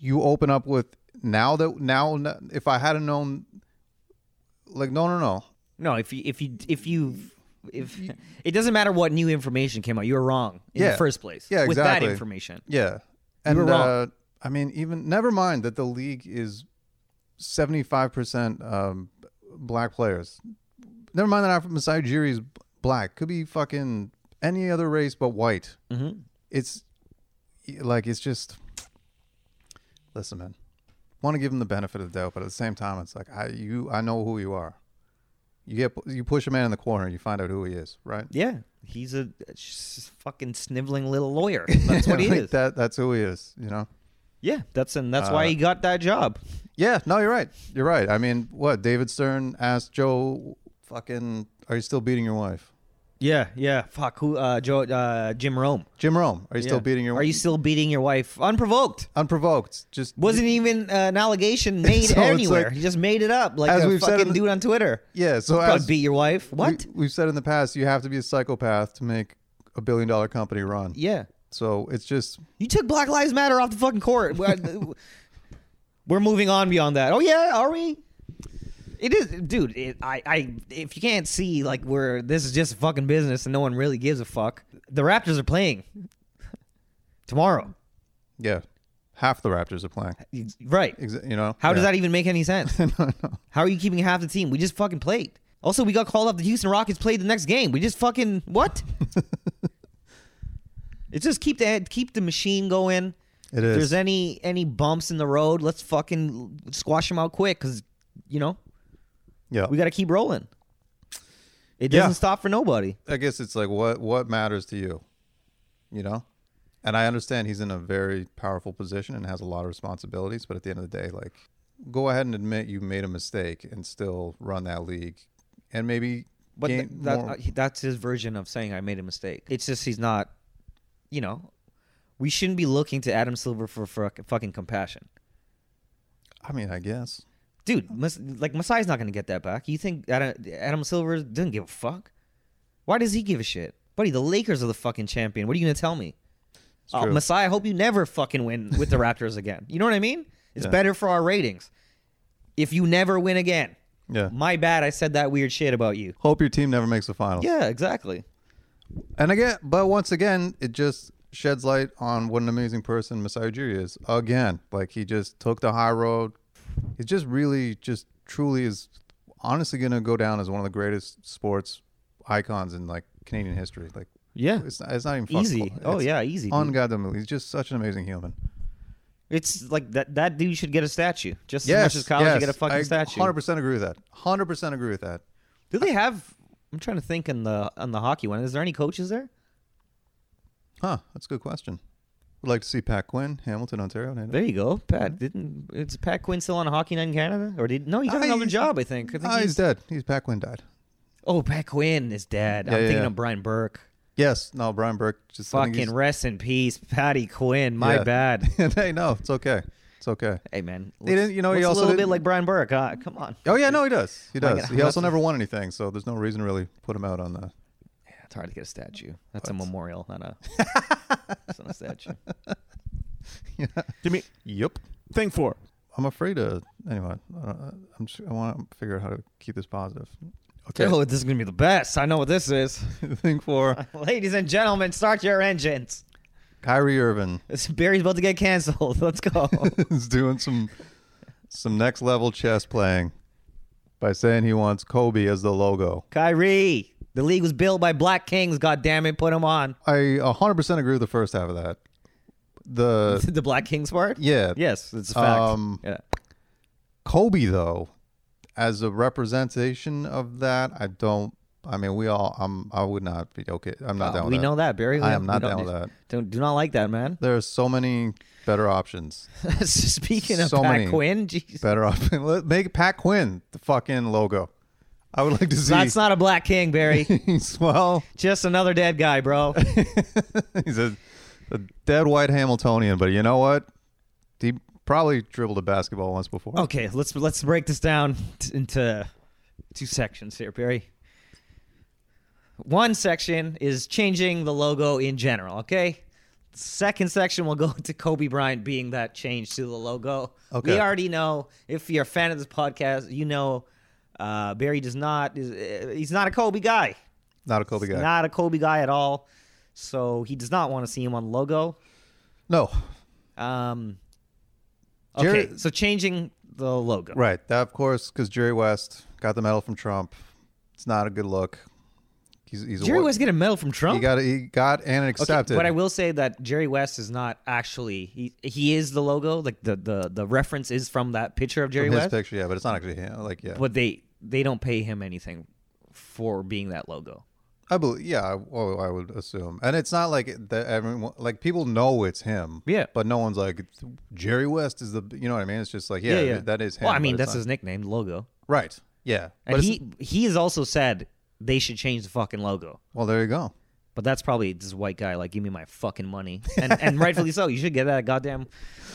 Speaker 2: you open up with now that now if I had known, like no no no,
Speaker 3: No, if you if you if you if it doesn't matter what new information came out, you were wrong in
Speaker 2: Yeah.
Speaker 3: the first place.
Speaker 2: Yeah,
Speaker 3: With
Speaker 2: exactly.
Speaker 3: that information,
Speaker 2: yeah, and
Speaker 3: were wrong.
Speaker 2: Uh, I mean even never mind that the league is seventy five percent um, black players. Never mind that I'm from Masai Jiri is black. Could be fucking any other race but white.
Speaker 3: Mhm.
Speaker 2: It's like it's just listen, man. Want to give him the benefit of the doubt, but at the same time, it's like I you I know who you are. You get you push a man in the corner, you find out who he is, right?
Speaker 3: yeah, he's a, s- fucking sniveling little
Speaker 2: <laughs>
Speaker 3: lawyer. That's what he
Speaker 2: Like
Speaker 3: is.
Speaker 2: That Uh, that's who he is. You know.
Speaker 3: yeah, that's and that's why he got that job.
Speaker 2: Yeah, no, you're right. You're right. I mean, what David Stern asked Joe, fucking, are you still beating your wife?
Speaker 3: Yeah, yeah. Fuck who? Uh, Joe, uh, Jim Rome.
Speaker 2: Jim Rome, are you still
Speaker 3: Yeah.
Speaker 2: beating your?
Speaker 3: Are you still beating your wife unprovoked?
Speaker 2: unprovoked? Just
Speaker 3: Wasn't even uh, an
Speaker 2: <laughs>
Speaker 3: allegation made
Speaker 2: So it's
Speaker 3: anywhere.
Speaker 2: like-
Speaker 3: he just made it up, like
Speaker 2: As
Speaker 3: a
Speaker 2: we've said
Speaker 3: fucking
Speaker 2: in the-
Speaker 3: dude on Twitter.
Speaker 2: yeah. So
Speaker 3: Probably
Speaker 2: as
Speaker 3: beat your wife. What?
Speaker 2: We, have said in the past, you have to be a psychopath to make a billion dollar company run.
Speaker 3: yeah,
Speaker 2: So it's just
Speaker 3: you took Black Lives Matter off the fucking court. We're- <laughs> We're moving on beyond that. Oh yeah, are we? It is, dude. It, I, I, if you can't see, like, we're this is just fucking business, and no one really gives a fuck. The Raptors are playing <laughs> tomorrow,
Speaker 2: yeah, half the Raptors are playing.
Speaker 3: right?
Speaker 2: Ex- You know
Speaker 3: How does that even make any sense?
Speaker 2: that? no, no.
Speaker 3: How are you keeping half the team? We just fucking played. Also, we got called up. The Houston Rockets played the next game. We just fucking what? it's just keep the keep the machine going.
Speaker 2: It
Speaker 3: if
Speaker 2: is.
Speaker 3: there's any any bumps in the road, let's fucking squash them out quick because you know
Speaker 2: Yeah.
Speaker 3: we got to keep rolling. It
Speaker 2: Yeah.
Speaker 3: doesn't stop for nobody.
Speaker 2: I guess it's like what what matters to you, you know. And I understand he's in a very powerful position and has a lot of responsibilities, but at the end of the day, like, go ahead and admit you made a mistake and still run that league, and maybe.
Speaker 3: But th-
Speaker 2: gain
Speaker 3: that,
Speaker 2: more-
Speaker 3: uh, he- that's his version of saying I made a mistake. It's just he's not, you know, we shouldn't be looking to Adam Silver for, for fucking compassion.
Speaker 2: I mean, I guess.
Speaker 3: dude, Mas- like Masai's not gonna get that back. You think Adam, Adam Silver doesn't give a fuck? Why does he give a shit, buddy? The Lakers are the fucking champion. What are you gonna tell me? Oh,
Speaker 2: true.
Speaker 3: Masai, I hope you never fucking win with the Raptors again. You know what I mean? It's
Speaker 2: Yeah.
Speaker 3: better for our ratings if you never win again.
Speaker 2: Yeah.
Speaker 3: My bad, I said that weird shit about you.
Speaker 2: Hope your team never makes the finals.
Speaker 3: Yeah, exactly.
Speaker 2: And again, but once again, it just sheds light on what an amazing person Masai Ujiri is. Again, like he just took the high road. He just really, just truly is honestly going to go down as one of the greatest sports icons in like Canadian history. Like,
Speaker 3: Yeah,
Speaker 2: it's not, it's not even fuckable.
Speaker 3: easy. Oh
Speaker 2: It's
Speaker 3: yeah, easy. dude.
Speaker 2: ungoddamn. He's just such an amazing human.
Speaker 3: it's like that. That dude should get a statue just
Speaker 2: Yes,
Speaker 3: as much as college
Speaker 2: yes,
Speaker 3: should get a fucking
Speaker 2: I
Speaker 3: statue.
Speaker 2: 100% agree with that. 100% agree with that.
Speaker 3: Do they have? I'm trying to think in the on the hockey one. Is there any coaches there?
Speaker 2: Huh? That's a good question. Would like to see Pat Quinn, Hamilton, Ontario. Nando.
Speaker 3: There you go, Pat. Didn't it's Pat Quinn still on Hockey Night in Canada, or did no? He got
Speaker 2: Ah,
Speaker 3: another
Speaker 2: he's-
Speaker 3: job, I think. I think
Speaker 2: Ah, he's
Speaker 3: he's-
Speaker 2: dead. He's Pat Quinn died.
Speaker 3: oh, Pat Quinn is dead.
Speaker 2: Yeah,
Speaker 3: I'm
Speaker 2: yeah,
Speaker 3: thinking
Speaker 2: yeah.
Speaker 3: of Brian Burke.
Speaker 2: Yes, no, Brian Burke just I think
Speaker 3: Fucking
Speaker 2: he's-
Speaker 3: rest in peace, Patty Quinn. My
Speaker 2: <laughs> Yeah.
Speaker 3: bad.
Speaker 2: hey, no, it's okay. It's okay.
Speaker 3: Hey man,
Speaker 2: They didn't- you know, he
Speaker 3: looks
Speaker 2: also
Speaker 3: a little bit
Speaker 2: didn't-
Speaker 3: like Brian Burke. Huh?
Speaker 2: <laughs>
Speaker 3: Come on.
Speaker 2: Oh yeah, no, he does. He
Speaker 3: Like,
Speaker 2: does.
Speaker 3: uh,
Speaker 2: he also
Speaker 3: that's-
Speaker 2: never won anything, so there's no reason to really put him out on the.
Speaker 3: Yeah, it's hard to get a statue. That's a memorial,
Speaker 2: <laughs>
Speaker 3: not a. it's not a statue.
Speaker 1: Give me
Speaker 2: Yep.
Speaker 1: thing four.
Speaker 2: I'm afraid to. Anyway, I don't- I'm. Just, I want to figure out how to keep this positive.
Speaker 1: Okay.
Speaker 2: <laughs>
Speaker 3: Oh, this is gonna be the best. I know what this is.
Speaker 2: Thing for
Speaker 3: <laughs> Ladies and gentlemen, start your engines.
Speaker 2: Kyrie Irving
Speaker 3: This Barry's about to get canceled. <laughs>
Speaker 2: <laughs>
Speaker 3: Let's go.
Speaker 2: is doing some some next level chess playing by saying he wants Kobe as the logo.
Speaker 3: Kyrie. The league was built by black kings. God damn it, put him on.
Speaker 2: I 100% agree with the first half of that. The
Speaker 3: <laughs> the black kings part.
Speaker 2: Uh, yeah,
Speaker 3: Yes, it's a fact.
Speaker 2: Um,
Speaker 3: yeah.
Speaker 2: Kobe though, as a representation of that, I don't. I mean, we all. I'm. I would not be okay. I'm not down
Speaker 3: Uh,
Speaker 2: with
Speaker 3: we
Speaker 2: that.
Speaker 3: know that, Barry. We-
Speaker 2: I am
Speaker 3: we
Speaker 2: not
Speaker 3: don't
Speaker 2: down with
Speaker 3: do-
Speaker 2: that.
Speaker 3: Don't do not like that, man. <laughs>
Speaker 2: There are so many better options.
Speaker 3: Speaking of
Speaker 2: So
Speaker 3: Pat
Speaker 2: many.
Speaker 3: Quinn, jeez.
Speaker 2: Better option. <laughs> Let- Make Pat Quinn the fucking logo. I would like to see.
Speaker 3: that's not a black king, Barry.
Speaker 2: <laughs> he's, well,
Speaker 3: Just another dead guy, bro. <laughs>
Speaker 2: he's a, a dead white Hamiltonian, but you know what? He probably dribbled a basketball once before.
Speaker 3: Okay, let's let's break this down t- into two sections here, Barry. One section is changing the logo in general, okay? Second section will go <laughs> to Kobe Bryant being that change to the logo.
Speaker 2: Okay.
Speaker 3: We already know if you're a fan of this podcast, you know uh, Barry does not is uh, he's not a Kobe guy.
Speaker 2: Not a Kobe guy.
Speaker 3: Not a Kobe guy at all. So he does not want to see him on the logo.
Speaker 2: no.
Speaker 3: Um,
Speaker 2: Jerry-
Speaker 3: okay, so changing the logo.
Speaker 2: Right. That, of course, because Jerry West got the medal from Trump. It's not a good look. He's, he's
Speaker 3: Jerry
Speaker 2: a, wa-
Speaker 3: West get a medal from Trump.
Speaker 2: He got, he got and
Speaker 3: Okay,
Speaker 2: accepted.
Speaker 3: But I will say that Jerry West is not actually he, he is the logo. Like the, the the reference is from that picture of Jerry
Speaker 2: His
Speaker 3: West.
Speaker 2: picture, yeah, but it's not actually him. Like, yeah.
Speaker 3: But they they don't pay him anything for being that logo.
Speaker 2: I believe, yeah, I, well, I would assume, and it's not like it- that. Everyone, like people know it's him,
Speaker 3: Yeah.
Speaker 2: but no one's like Jerry West is the, you know what I mean? It's just like, yeah, that is him.
Speaker 3: Well, I
Speaker 2: but
Speaker 3: mean
Speaker 2: it's
Speaker 3: that's
Speaker 2: not-
Speaker 3: his nickname, logo.
Speaker 2: right, yeah.
Speaker 3: And
Speaker 2: it's-
Speaker 3: he he has also said they should change the fucking logo.
Speaker 2: well, there you go.
Speaker 3: But that's probably this white guy like give me my fucking money, and and rightfully so. You should get that goddamn.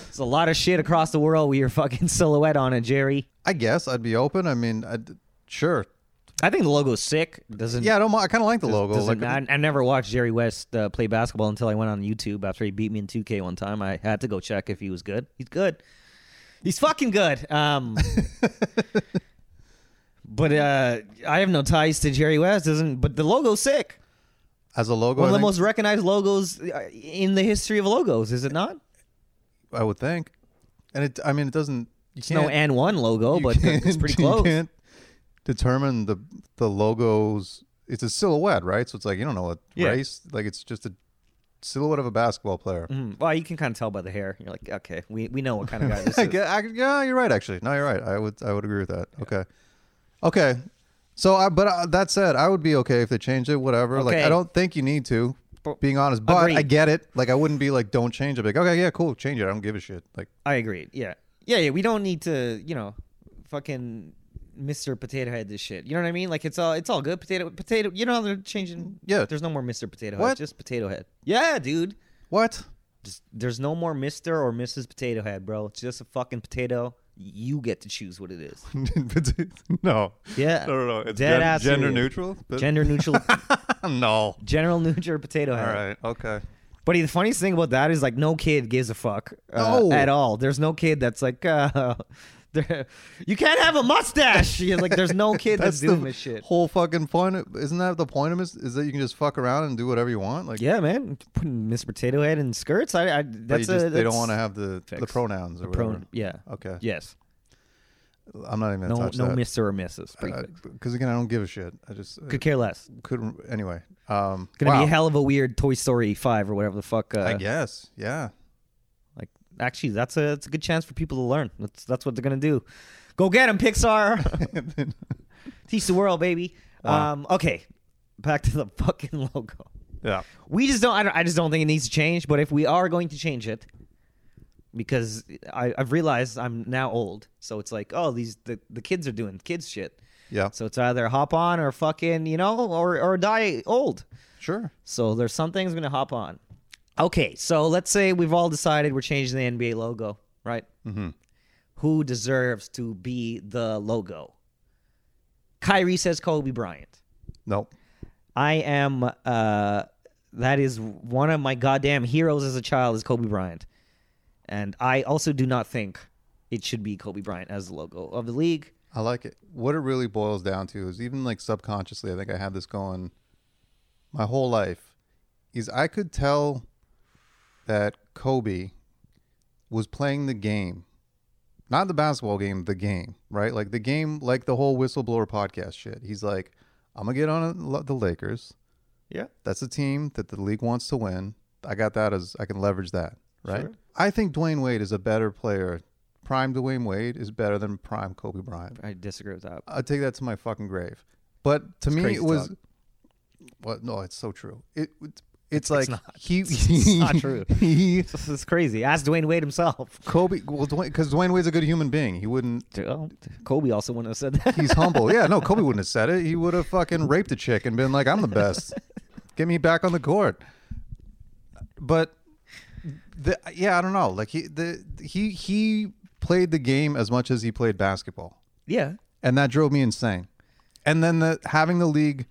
Speaker 3: There's a lot of shit across the world with your fucking <laughs> silhouette on it, Jerry.
Speaker 2: I guess I'd be open. I mean, I'd, sure,
Speaker 3: I think the logo's sick. Doesn't
Speaker 2: yeah. I don't. mi- I kind of like the logo.
Speaker 3: Doesn't
Speaker 2: Like,
Speaker 3: matter. I, I never watched Jerry West uh, play basketball until I went on YouTube after he beat me in 2K one time. I had to go check if he was good. He's good. He's fucking good.
Speaker 2: <laughs>
Speaker 3: Um, but uh, I have no ties to Jerry West. Isn't but the logo's sick.
Speaker 2: as a logo, I,
Speaker 3: One of the
Speaker 2: think-
Speaker 3: most recognized logos uh, in the history of logos, is it not?
Speaker 2: I would think, and it. I mean, it doesn't. You
Speaker 3: It's no
Speaker 2: can't-
Speaker 3: and one logo,
Speaker 2: you
Speaker 3: Oh, but it's
Speaker 2: can't-
Speaker 3: pretty
Speaker 2: <laughs> you
Speaker 3: close.
Speaker 2: can't determine the the logos. It's a silhouette, right? So it's like you don't know what
Speaker 3: Yeah.
Speaker 2: race. Like it's just a silhouette of a basketball player.
Speaker 3: Mm, well, you can kind of tell by the hair. You're like, okay, we, we know what kind
Speaker 2: <laughs>
Speaker 3: of guy <laughs> this
Speaker 2: I
Speaker 3: is.
Speaker 2: gue- I- yeah, you're right. Actually, no, you're right. I would I would agree with that. Okay, okay. So, I, but uh, that said, I would be okay if they changed it. Whatever. Like, I
Speaker 3: Okay.
Speaker 2: don't think you need to.
Speaker 3: But-
Speaker 2: Being honest, but I
Speaker 3: Agreed.
Speaker 2: get it. Like, I wouldn't be like, don't change it. Like, okay, yeah, cool, change it. I don't give a shit. Like,
Speaker 3: I agree. Yeah. Yeah, yeah. We don't need to, you know, fucking Mr. Potato Head this shit. You know what I mean? Like it's all it's all good. Potato potato you know how they're changing
Speaker 2: Yeah.
Speaker 3: There's no more Mr. Potato Head,
Speaker 2: What?
Speaker 3: just potato head. Yeah, dude.
Speaker 2: what? <laughs>
Speaker 3: Just there's no more Mr. or Mrs. Potato Head, bro. It's just a fucking potato. You get to choose what it is.
Speaker 2: no.
Speaker 3: Yeah.
Speaker 2: No, no, no. It's
Speaker 3: Dead
Speaker 2: gen-
Speaker 3: ass
Speaker 2: gender
Speaker 3: serious.
Speaker 2: neutral. But-
Speaker 3: Gender neutral <laughs>
Speaker 2: <laughs> no.
Speaker 3: general neutral potato
Speaker 2: All
Speaker 3: head.
Speaker 2: right. Okay.
Speaker 3: But the funniest thing about that is like no kid gives a fuck uh,
Speaker 2: No.
Speaker 3: at all. There's no kid that's like, uh, <laughs> there- you can't have a mustache. You're like there's no
Speaker 2: <laughs>
Speaker 3: kid that's, doing this shit.
Speaker 2: whole fucking point. Isn't that the point of it? Is that you can just fuck around and do whatever you want? Like,
Speaker 3: Yeah, man, putting Miss Potato Head in skirts. I, I
Speaker 2: but you
Speaker 3: that's
Speaker 2: just-
Speaker 3: a,
Speaker 2: they don't
Speaker 3: that's
Speaker 2: want to have the the
Speaker 3: fix.
Speaker 2: pronouns or
Speaker 3: a
Speaker 2: whatever.
Speaker 3: pronoun. Yeah.
Speaker 2: Okay.
Speaker 3: Yes.
Speaker 2: I'm not even gonna
Speaker 3: No.
Speaker 2: touch
Speaker 3: no.
Speaker 2: that. Uh,
Speaker 3: Mister or Mrs. Pretty good.
Speaker 2: Because again, I don't give a shit. I just uh,
Speaker 3: Could care less.
Speaker 2: couldn't. Anyway, um,
Speaker 3: Gonna
Speaker 2: wow.
Speaker 3: be a hell of a weird Toy Story five or whatever the fuck. Uh,
Speaker 2: I guess. Yeah.
Speaker 3: Like actually, that's a that's a good chance for people to learn. That's that's what they're gonna do. Go get them, Pixar. Teach the world, baby. Um. Okay. Back to the fucking logo.
Speaker 2: Yeah.
Speaker 3: We just don't I, don't. I just don't think it needs to change. But if we are going to change it, because I, I've realized I'm now old, so it's like, oh, these the, the kids are doing kids shit.
Speaker 2: Yeah.
Speaker 3: So it's either hop on or fucking you know or or die old.
Speaker 2: Sure.
Speaker 3: So there's some things I'm gonna hop on. Okay, so let's say we've all decided we're changing the NBA logo, right? Mm-hmm. Who deserves to be the logo? Kyrie says Kobe Bryant.
Speaker 2: Nope.
Speaker 3: I am. Uh, that is one of my goddamn heroes as a child is Kobe Bryant, and I also do not think it should be Kobe Bryant as the logo of the league.
Speaker 2: I like it. What it really boils down to is even like subconsciously, I think I had this going my whole life. Is I could tell that Kobe was playing the game, not the basketball game, the game, right? Like the game, like the whole whistleblower podcast shit. He's like, I'm gonna get on the Lakers.
Speaker 3: Yeah.
Speaker 2: That's a team that the league wants to win. I got that as I can leverage that, right?
Speaker 3: Sure.
Speaker 2: I think Dwayne Wade is a better player. Prime Dwayne Wade is better than prime Kobe Bryant.
Speaker 3: I disagree with that.
Speaker 2: I take that to my fucking grave. But to me,
Speaker 3: crazy
Speaker 2: it was.
Speaker 3: talk.
Speaker 2: What? No, it's so true. It.
Speaker 3: <laughs>
Speaker 2: It's, it's like
Speaker 3: not.
Speaker 2: <laughs> he.
Speaker 3: <laughs> It's not true.
Speaker 2: He,
Speaker 3: <laughs> This is crazy. Ask Dwayne Wade himself.
Speaker 2: Kobe. Well, because Dwayne Wade's a good human being. He wouldn't.
Speaker 3: Oh, Kobe also wouldn't have said that.
Speaker 2: He's humble. Yeah, no, Kobe wouldn't have said it. He would have fucking raped a chick and been like, "I'm the best. Get me back on the court." But, the, yeah, I don't know. Like he, the he he played the game as much as he played basketball.
Speaker 3: <laughs> Yeah.
Speaker 2: and that drove me insane. And then the having the league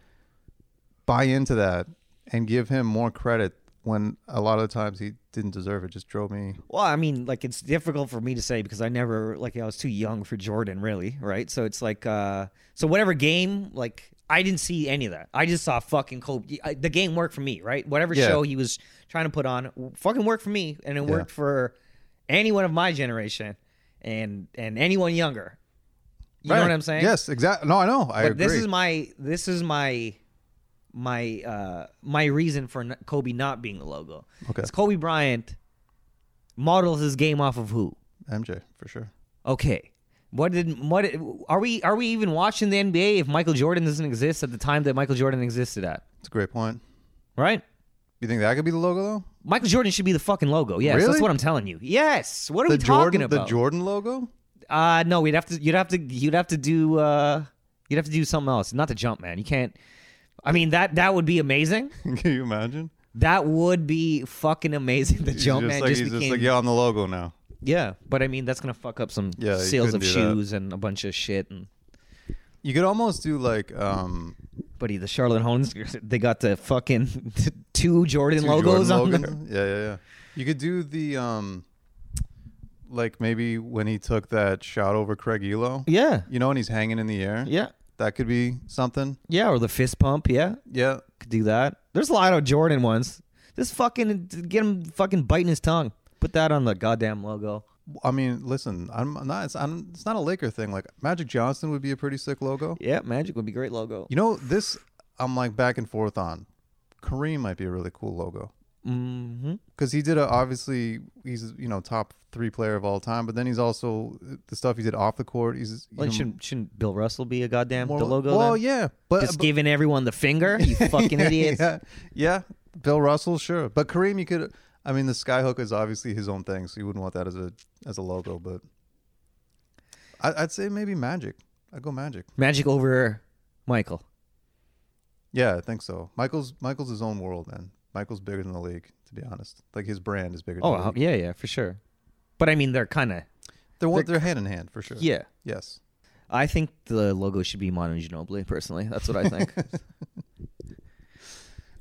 Speaker 2: buy into that and give him more credit when a lot of the times he didn't deserve it just drove me.
Speaker 3: Well, I mean, like it's difficult for me to say because I never like I was too young for Jordan, really, right? So it's like, uh so whatever game, like I didn't see any of that. I just saw fucking Kobe. I, the game worked for me, right? Whatever
Speaker 2: Yeah.
Speaker 3: show he was trying to put on, w- fucking worked for me, and it worked for anyone of my generation and and anyone younger. You know what I'm saying?
Speaker 2: Yes, exactly. No, I know. I
Speaker 3: but
Speaker 2: agree.
Speaker 3: this is my this is my my uh my reason for n- Kobe not being the logo.
Speaker 2: Okay.
Speaker 3: It's Kobe Bryant models his game off of who?
Speaker 2: MJ for sure.
Speaker 3: Okay. What did what are we are we even watching the NBA if Michael Jordan doesn't exist at the time that Michael Jordan existed at?
Speaker 2: It's a great point.
Speaker 3: Right?
Speaker 2: You think that could be the logo though?
Speaker 3: Michael Jordan should be the fucking logo. Yes,
Speaker 2: Really?
Speaker 3: that's what I'm telling you. Yes. What are
Speaker 2: The
Speaker 3: we talking
Speaker 2: Jordan,
Speaker 3: about?
Speaker 2: the Jordan logo. <laughs>
Speaker 3: Uh no, we'd have to you'd have to you'd have to do uh you'd have to do something else. Not the jump man. You can't I mean that that would be amazing.
Speaker 2: Can you imagine?
Speaker 3: That would be fucking amazing. The
Speaker 2: He's
Speaker 3: jump
Speaker 2: just
Speaker 3: man
Speaker 2: like,
Speaker 3: just
Speaker 2: he's
Speaker 3: became
Speaker 2: just like, yeah, on the logo now.
Speaker 3: yeah, but I mean that's gonna fuck up some
Speaker 2: Yeah, you
Speaker 3: sales
Speaker 2: couldn't
Speaker 3: of
Speaker 2: do that.
Speaker 3: shoes and a bunch of shit and
Speaker 2: You could almost do like um,
Speaker 3: buddy the Charlotte Hornets <laughs> they got the fucking <laughs> two Jordan
Speaker 2: two
Speaker 3: logos
Speaker 2: Jordan
Speaker 3: on
Speaker 2: logos.
Speaker 3: them. <laughs>
Speaker 2: Yeah, yeah, yeah. You could do the um, like maybe when he took that shot over Craig Elo.
Speaker 3: Yeah,
Speaker 2: You know, and he's hanging in the air.
Speaker 3: yeah,
Speaker 2: That could be something.
Speaker 3: yeah, or the fist pump. Yeah,
Speaker 2: Yeah.
Speaker 3: could do that. There's a lot of Jordan ones. Just fucking get him fucking biting his tongue. Put that on the goddamn logo.
Speaker 2: I mean, listen, I'm not. It's, I'm, it's not a Laker thing. Like Magic Johnson would be a pretty sick logo.
Speaker 3: Yeah, Magic would be great logo.
Speaker 2: You know, this I'm like back and forth on. Kareem might be a really cool logo
Speaker 3: Mm-hmm.
Speaker 2: because he did a obviously he's you know top three player of all time, but then he's also the stuff he did off the court. He's you
Speaker 3: Like,
Speaker 2: know,
Speaker 3: shouldn't shouldn't Bill Russell be a goddamn
Speaker 2: more-
Speaker 3: the logo?
Speaker 2: Well,
Speaker 3: then?
Speaker 2: yeah, but uh,
Speaker 3: Just
Speaker 2: but-
Speaker 3: giving everyone
Speaker 2: <laughs>
Speaker 3: the finger, you fucking idiots.
Speaker 2: yeah, yeah, Bill Russell, sure, but Kareem, you could. I mean, the skyhook is obviously his own thing, so you wouldn't want that as a as a logo. But I, I'd say maybe Magic. I would go Magic.
Speaker 3: Magic over Michael.
Speaker 2: Yeah, I think so. Michael's Michael's his own world, man. Michael's bigger than the league, to be honest. Like his brand is bigger. Than
Speaker 3: Oh
Speaker 2: the league.
Speaker 3: yeah, yeah, for sure. But I mean, they're kind of
Speaker 2: they're one- they're hand in hand for sure.
Speaker 3: yeah.
Speaker 2: Yes.
Speaker 3: I think the logo should be Manu Ginobili. Personally, that's what
Speaker 2: <laughs>
Speaker 3: I think.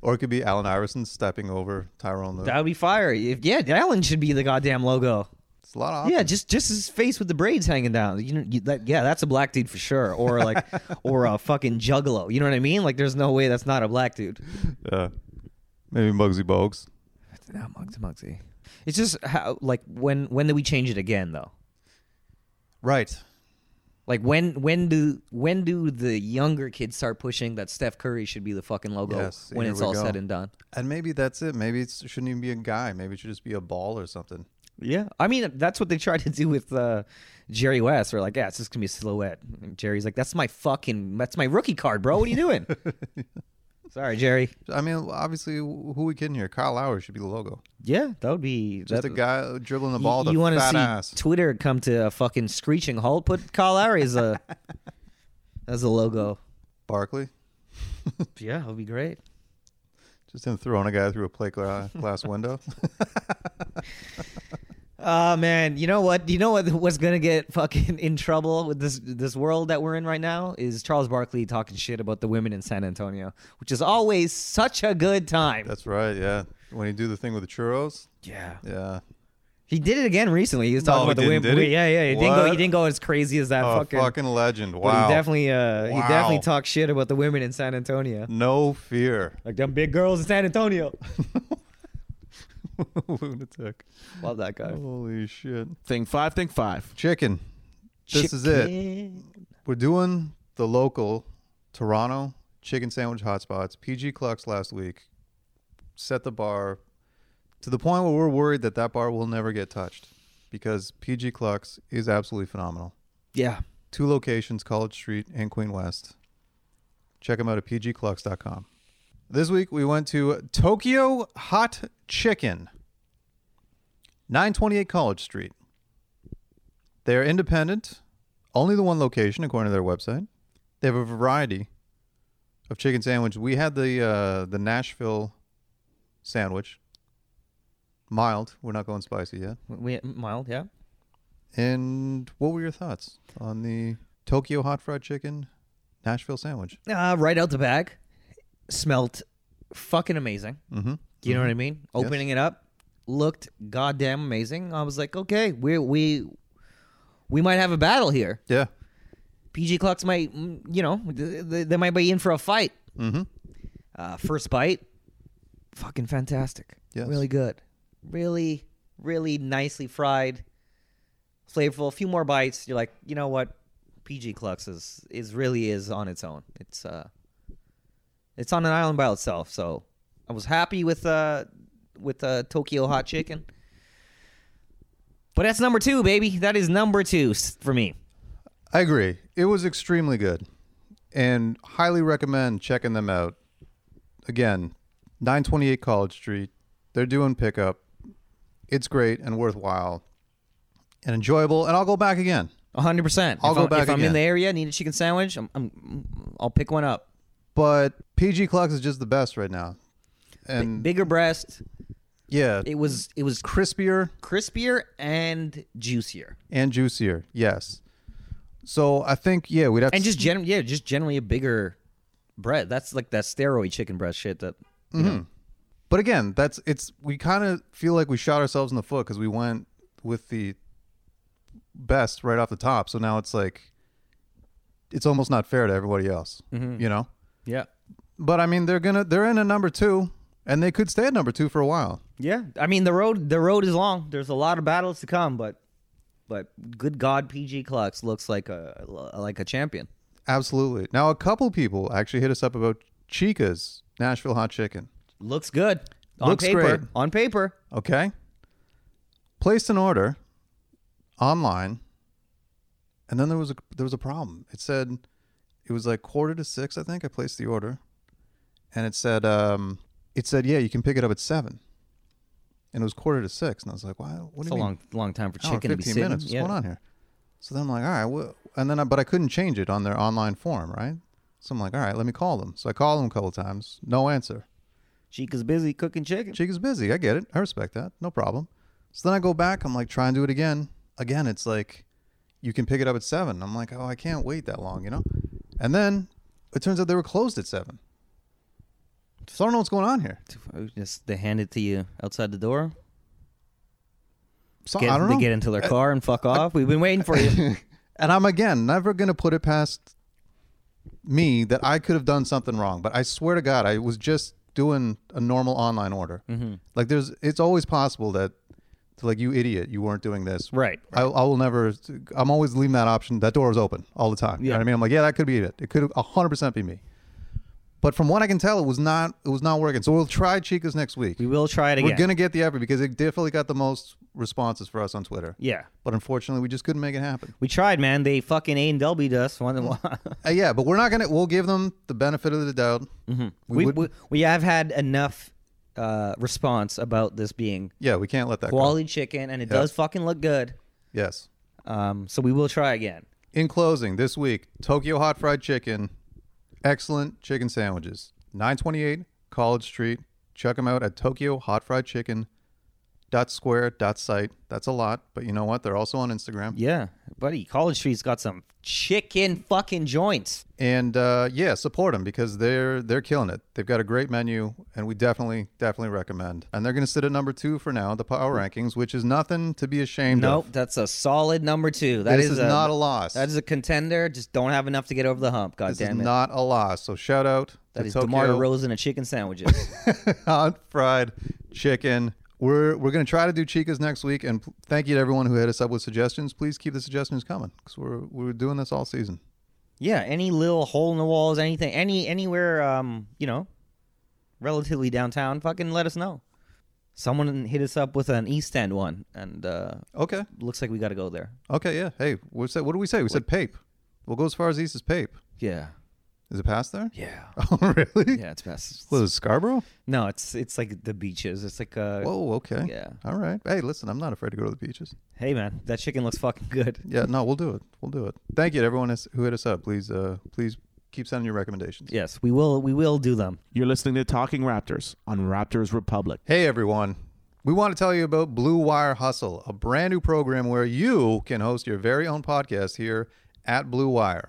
Speaker 2: Or it could be Allen Iverson stepping over Tyrone Lue.
Speaker 3: That would be fire. If, yeah, Allen should be the goddamn logo.
Speaker 2: it's a lot of
Speaker 3: Yeah,
Speaker 2: options.
Speaker 3: just just his face with the braids hanging down. You know, you, that, yeah, that's a black dude for sure. Or like,
Speaker 2: <laughs>
Speaker 3: or a fucking juggalo. You know what I mean? Like, there's no way that's not a black dude.
Speaker 2: Yeah. Maybe Muggsy Bogues. Ah,
Speaker 3: Not Mugsy Mugsy. It's just how like when when do we change it again though?
Speaker 2: Right.
Speaker 3: Like when when do when do the younger kids start pushing that Steph Curry should be the fucking logo
Speaker 2: Yes,
Speaker 3: when
Speaker 2: here
Speaker 3: it's
Speaker 2: we
Speaker 3: all
Speaker 2: go.
Speaker 3: said and done?
Speaker 2: And maybe that's it. Maybe it's, it shouldn't even be a guy. Maybe it should just be a ball or something.
Speaker 3: Yeah, I mean that's what they tried to do with uh, Jerry West. We're like, yeah, it's just gonna be a silhouette. And Jerry's like, that's my fucking, that's my rookie card, bro. What are you doing? <laughs> Sorry, Jerry.
Speaker 2: I mean, obviously, wh- who we kidding here? Kyle Lowry should be the logo.
Speaker 3: Yeah, that would be
Speaker 2: Just
Speaker 3: that-
Speaker 2: a guy dribbling the
Speaker 3: you-
Speaker 2: ball. with a
Speaker 3: You, wanna
Speaker 2: fat
Speaker 3: see
Speaker 2: ass.
Speaker 3: Twitter come to a fucking screeching halt? Put Kyle Lowry as <laughs> a as a logo.
Speaker 2: Barkley?
Speaker 3: Yeah, that would be great.
Speaker 2: Just him throwing a guy through a plate
Speaker 3: <laughs>
Speaker 2: gla- glass window.
Speaker 3: Oh man, you know what? You know what? <laughs> What's gonna get fucking in trouble with this this world that we're in right now is Charles Barkley talking shit about the women in San Antonio, which is always such a good time.
Speaker 2: That's right. Yeah. When he do the thing with the churros.
Speaker 3: yeah,
Speaker 2: Yeah.
Speaker 3: He did it again recently. He was talking
Speaker 2: No,
Speaker 3: about
Speaker 2: he
Speaker 3: the
Speaker 2: didn't, did he?
Speaker 3: Yeah, yeah. He didn't, go, he
Speaker 2: What?
Speaker 3: didn't go as crazy as that
Speaker 2: Oh,
Speaker 3: fucking.
Speaker 2: fucking, legend.
Speaker 3: But
Speaker 2: Wow.
Speaker 3: he definitely, uh, he definitely
Speaker 2: Wow.
Speaker 3: talked shit about the women in San Antonio.
Speaker 2: no
Speaker 3: <laughs>
Speaker 2: fear.
Speaker 3: Like them big girls in San
Speaker 2: <laughs>
Speaker 3: Antonio.
Speaker 2: Lunatic.
Speaker 3: Love that guy.
Speaker 2: Holy shit.
Speaker 1: Thing five, thing five.
Speaker 2: Chicken. This is it.
Speaker 3: Chicken.
Speaker 2: We're doing the local Toronto chicken sandwich hotspots. PG Clucks last week set the bar to the point where we're worried that that bar will never get touched because PG Clucks is absolutely phenomenal.
Speaker 3: Yeah.
Speaker 2: Two locations, College Street and Queen West. Check them out at pgclux.com. This week we went to Tokyo Hot Chicken, 928 College Street. They're independent, only the one location according to their website. They have a variety of chicken sandwich. We had the uh, the Nashville sandwich, mild. We're not going spicy yet.
Speaker 3: We, mild, yeah.
Speaker 2: And what were your thoughts on the Tokyo hot fried chicken Nashville sandwich?
Speaker 3: Uh, right out the bag. Smelt fucking amazing.
Speaker 2: Mm-hmm.
Speaker 3: Do you know what I mean? Opening it up looked goddamn amazing. I was like, okay, we we we might have a battle here.
Speaker 2: Yeah.
Speaker 3: PG Clucks might, mm, you know, th- th- they might be in for a fight.
Speaker 2: Mm-hmm.
Speaker 3: Uh, first bite, fucking fantastic.
Speaker 2: Yes.
Speaker 3: Really good. Really, really nicely fried, flavorful. A few more bites, you're like, you know what? PG Clucks is is really is on its own. It's uh, it's on an island by itself. So I was happy with uh with uh Tokyo Hot Chicken. But that's number two, baby. That is number two s- for me.
Speaker 2: I agree. It was extremely good, and highly recommend checking them out. Again, 928 College Street. They're doing pickup. It's great and worthwhile, and enjoyable. And I'll go back again.
Speaker 3: hundred percent.
Speaker 2: I'll
Speaker 3: if
Speaker 2: go
Speaker 3: I'm,
Speaker 2: back
Speaker 3: if I'm in
Speaker 2: again.
Speaker 3: the area, need a chicken sandwich. I'm, I'm I'll pick one up.
Speaker 2: But PG Clucks is just the best right now, and
Speaker 3: Bigger breast.
Speaker 2: yeah,
Speaker 3: It was it was
Speaker 2: crispier.
Speaker 3: crispier and juicier,
Speaker 2: and juicier. Yes. So I think yeah, we'd have
Speaker 3: and
Speaker 2: to,
Speaker 3: just gen- yeah, just generally a bigger bread. That's like that steroid chicken breast shit. That you know.
Speaker 2: But again, that's it's we kind of feel like we shot ourselves in the foot because we went with the best right off the top. So now it's like it's almost not fair to everybody else, you know.
Speaker 3: yeah,
Speaker 2: But I mean, they're gonna they're in a number two, and they could stay at number two for a while.
Speaker 3: yeah. I mean the road the road is long. There's a lot of battles to come, but but good God, PG Clucks looks like a like a champion.
Speaker 2: Absolutely. Now a couple people actually hit us up about Chica's Nashville hot chicken.
Speaker 3: Looks good on
Speaker 2: Looks
Speaker 3: paper.
Speaker 2: great.
Speaker 3: On paper,
Speaker 2: Okay. Placed an order online, and then there was a there was a problem. It said it was like quarter to six, I think. I placed the order, and it said um, it said yeah, you can pick it up at seven, and it was quarter to six, and I was like, why? What
Speaker 3: it's
Speaker 2: do
Speaker 3: a
Speaker 2: you mean?
Speaker 3: long long time for
Speaker 2: Hour,
Speaker 3: chicken to be
Speaker 2: fifteen
Speaker 3: sitting.
Speaker 2: minutes. What's
Speaker 3: yeah.
Speaker 2: going on here? So then I'm like, all right, well, and then I, but I couldn't change it on their online form, right? So I'm like, all right, let me call them. So I call them a couple times, no answer.
Speaker 3: Chica's busy cooking chicken.
Speaker 2: Chick is busy. I get it. I respect that. No problem. So then I go back. I'm like, try and do it again. Again, it's like, you can pick it up at seven. I'm like, oh, I can't wait that long, you know? And then it turns out they were closed at seven. So I don't know what's going on here.
Speaker 3: Just they hand it to you outside the door.
Speaker 2: So
Speaker 3: Get,
Speaker 2: I don't
Speaker 3: they
Speaker 2: know. Uh,
Speaker 3: get into their car and fuck off. We've been waiting for you.
Speaker 2: <laughs> and I'm again never gonna put it past me that I could have done something wrong. But I swear to God, I was just doing a normal online order.
Speaker 3: Mm-hmm.
Speaker 2: Like there's, it's always possible that, to like you idiot, you weren't doing this.
Speaker 3: Right,
Speaker 2: I, I will never. I'm always leaving that option. That door is open all the time. You know
Speaker 3: Yeah.
Speaker 2: what I mean? I'm like, yeah, that could be it. It could 100 percent be me. But from what I can tell, it was not. It was not working. So we'll try Chica's next week.
Speaker 3: We will try it again.
Speaker 2: We're gonna get the effort because it definitely got the most responses for us on Twitter.
Speaker 3: yeah.
Speaker 2: But unfortunately, we just couldn't make it happen.
Speaker 3: We tried, man. They fucking A and W us. One,
Speaker 2: Uh, yeah, but we're not gonna. We'll give them the benefit of the doubt. <laughs> We,
Speaker 3: Mm-hmm. we,
Speaker 2: would,
Speaker 3: we, we have had enough uh, response about this being
Speaker 2: yeah, we can't let that go.
Speaker 3: quality chicken, and it does fucking look good.
Speaker 2: Yes.
Speaker 3: Um, so we will try again.
Speaker 2: In closing, this week, Tokyo Hot Fried Chicken, excellent chicken sandwiches. 928 College Street. Check them out at Tokyo Hot Fried Chicken, dot square dot site. That's a lot, but you know what? They're also on Instagram.
Speaker 3: Yeah, buddy, College Street's got some chicken fucking joints.
Speaker 2: And uh, yeah, support them because they're they're killing it. They've got a great menu, and we definitely definitely recommend. And they're going to sit at number two for now, the power rankings, which is nothing to be ashamed
Speaker 3: Mm. Nope,
Speaker 2: of.
Speaker 3: that's a solid number two. That
Speaker 2: This
Speaker 3: is um,
Speaker 2: is not a loss.
Speaker 3: That is a contender. Just don't have enough to get over the hump. God
Speaker 2: This
Speaker 3: damn
Speaker 2: is
Speaker 3: it.
Speaker 2: not a loss. So shout out
Speaker 3: that
Speaker 2: to
Speaker 3: is
Speaker 2: Tokyo <laughs>
Speaker 3: Demar Rosen and chicken sandwiches.
Speaker 2: hot fried chicken. We're we're gonna try to do chicas next week, and p- thank you to everyone who hit us up with suggestions. Please keep the suggestions coming because we're we're doing this all season.
Speaker 3: yeah, any little hole in the walls, anything, any anywhere, um, you know, relatively downtown. Fucking let us know. Someone hit us up with an East End one, and uh,
Speaker 2: Okay,
Speaker 3: looks like we got to go there.
Speaker 2: okay, yeah. Hey, we said what do we say? We said Pape. We'll go as far as east as Pape.
Speaker 3: Yeah,
Speaker 2: Is it past there?
Speaker 3: yeah,
Speaker 2: <laughs> Oh, really?
Speaker 3: yeah. It's best.
Speaker 2: Was it Scarborough?
Speaker 3: No, it's it's like the beaches. It's like uh,
Speaker 2: Whoa, okay.
Speaker 3: yeah.
Speaker 2: All right. Hey, listen, I'm not afraid to go to the beaches.
Speaker 3: Hey man, that chicken looks fucking good.
Speaker 2: Yeah, no, we'll do it. We'll do it. Thank you to everyone who's- who hit us up. Please, uh, please keep sending your recommendations.
Speaker 3: Yes, we will. We will do them.
Speaker 1: You're listening to Talking Raptors on Raptors Republic.
Speaker 2: Hey everyone. We want to tell you about Blue Wire Hustle, a brand new program where you can host your very own podcast here at Blue Wire.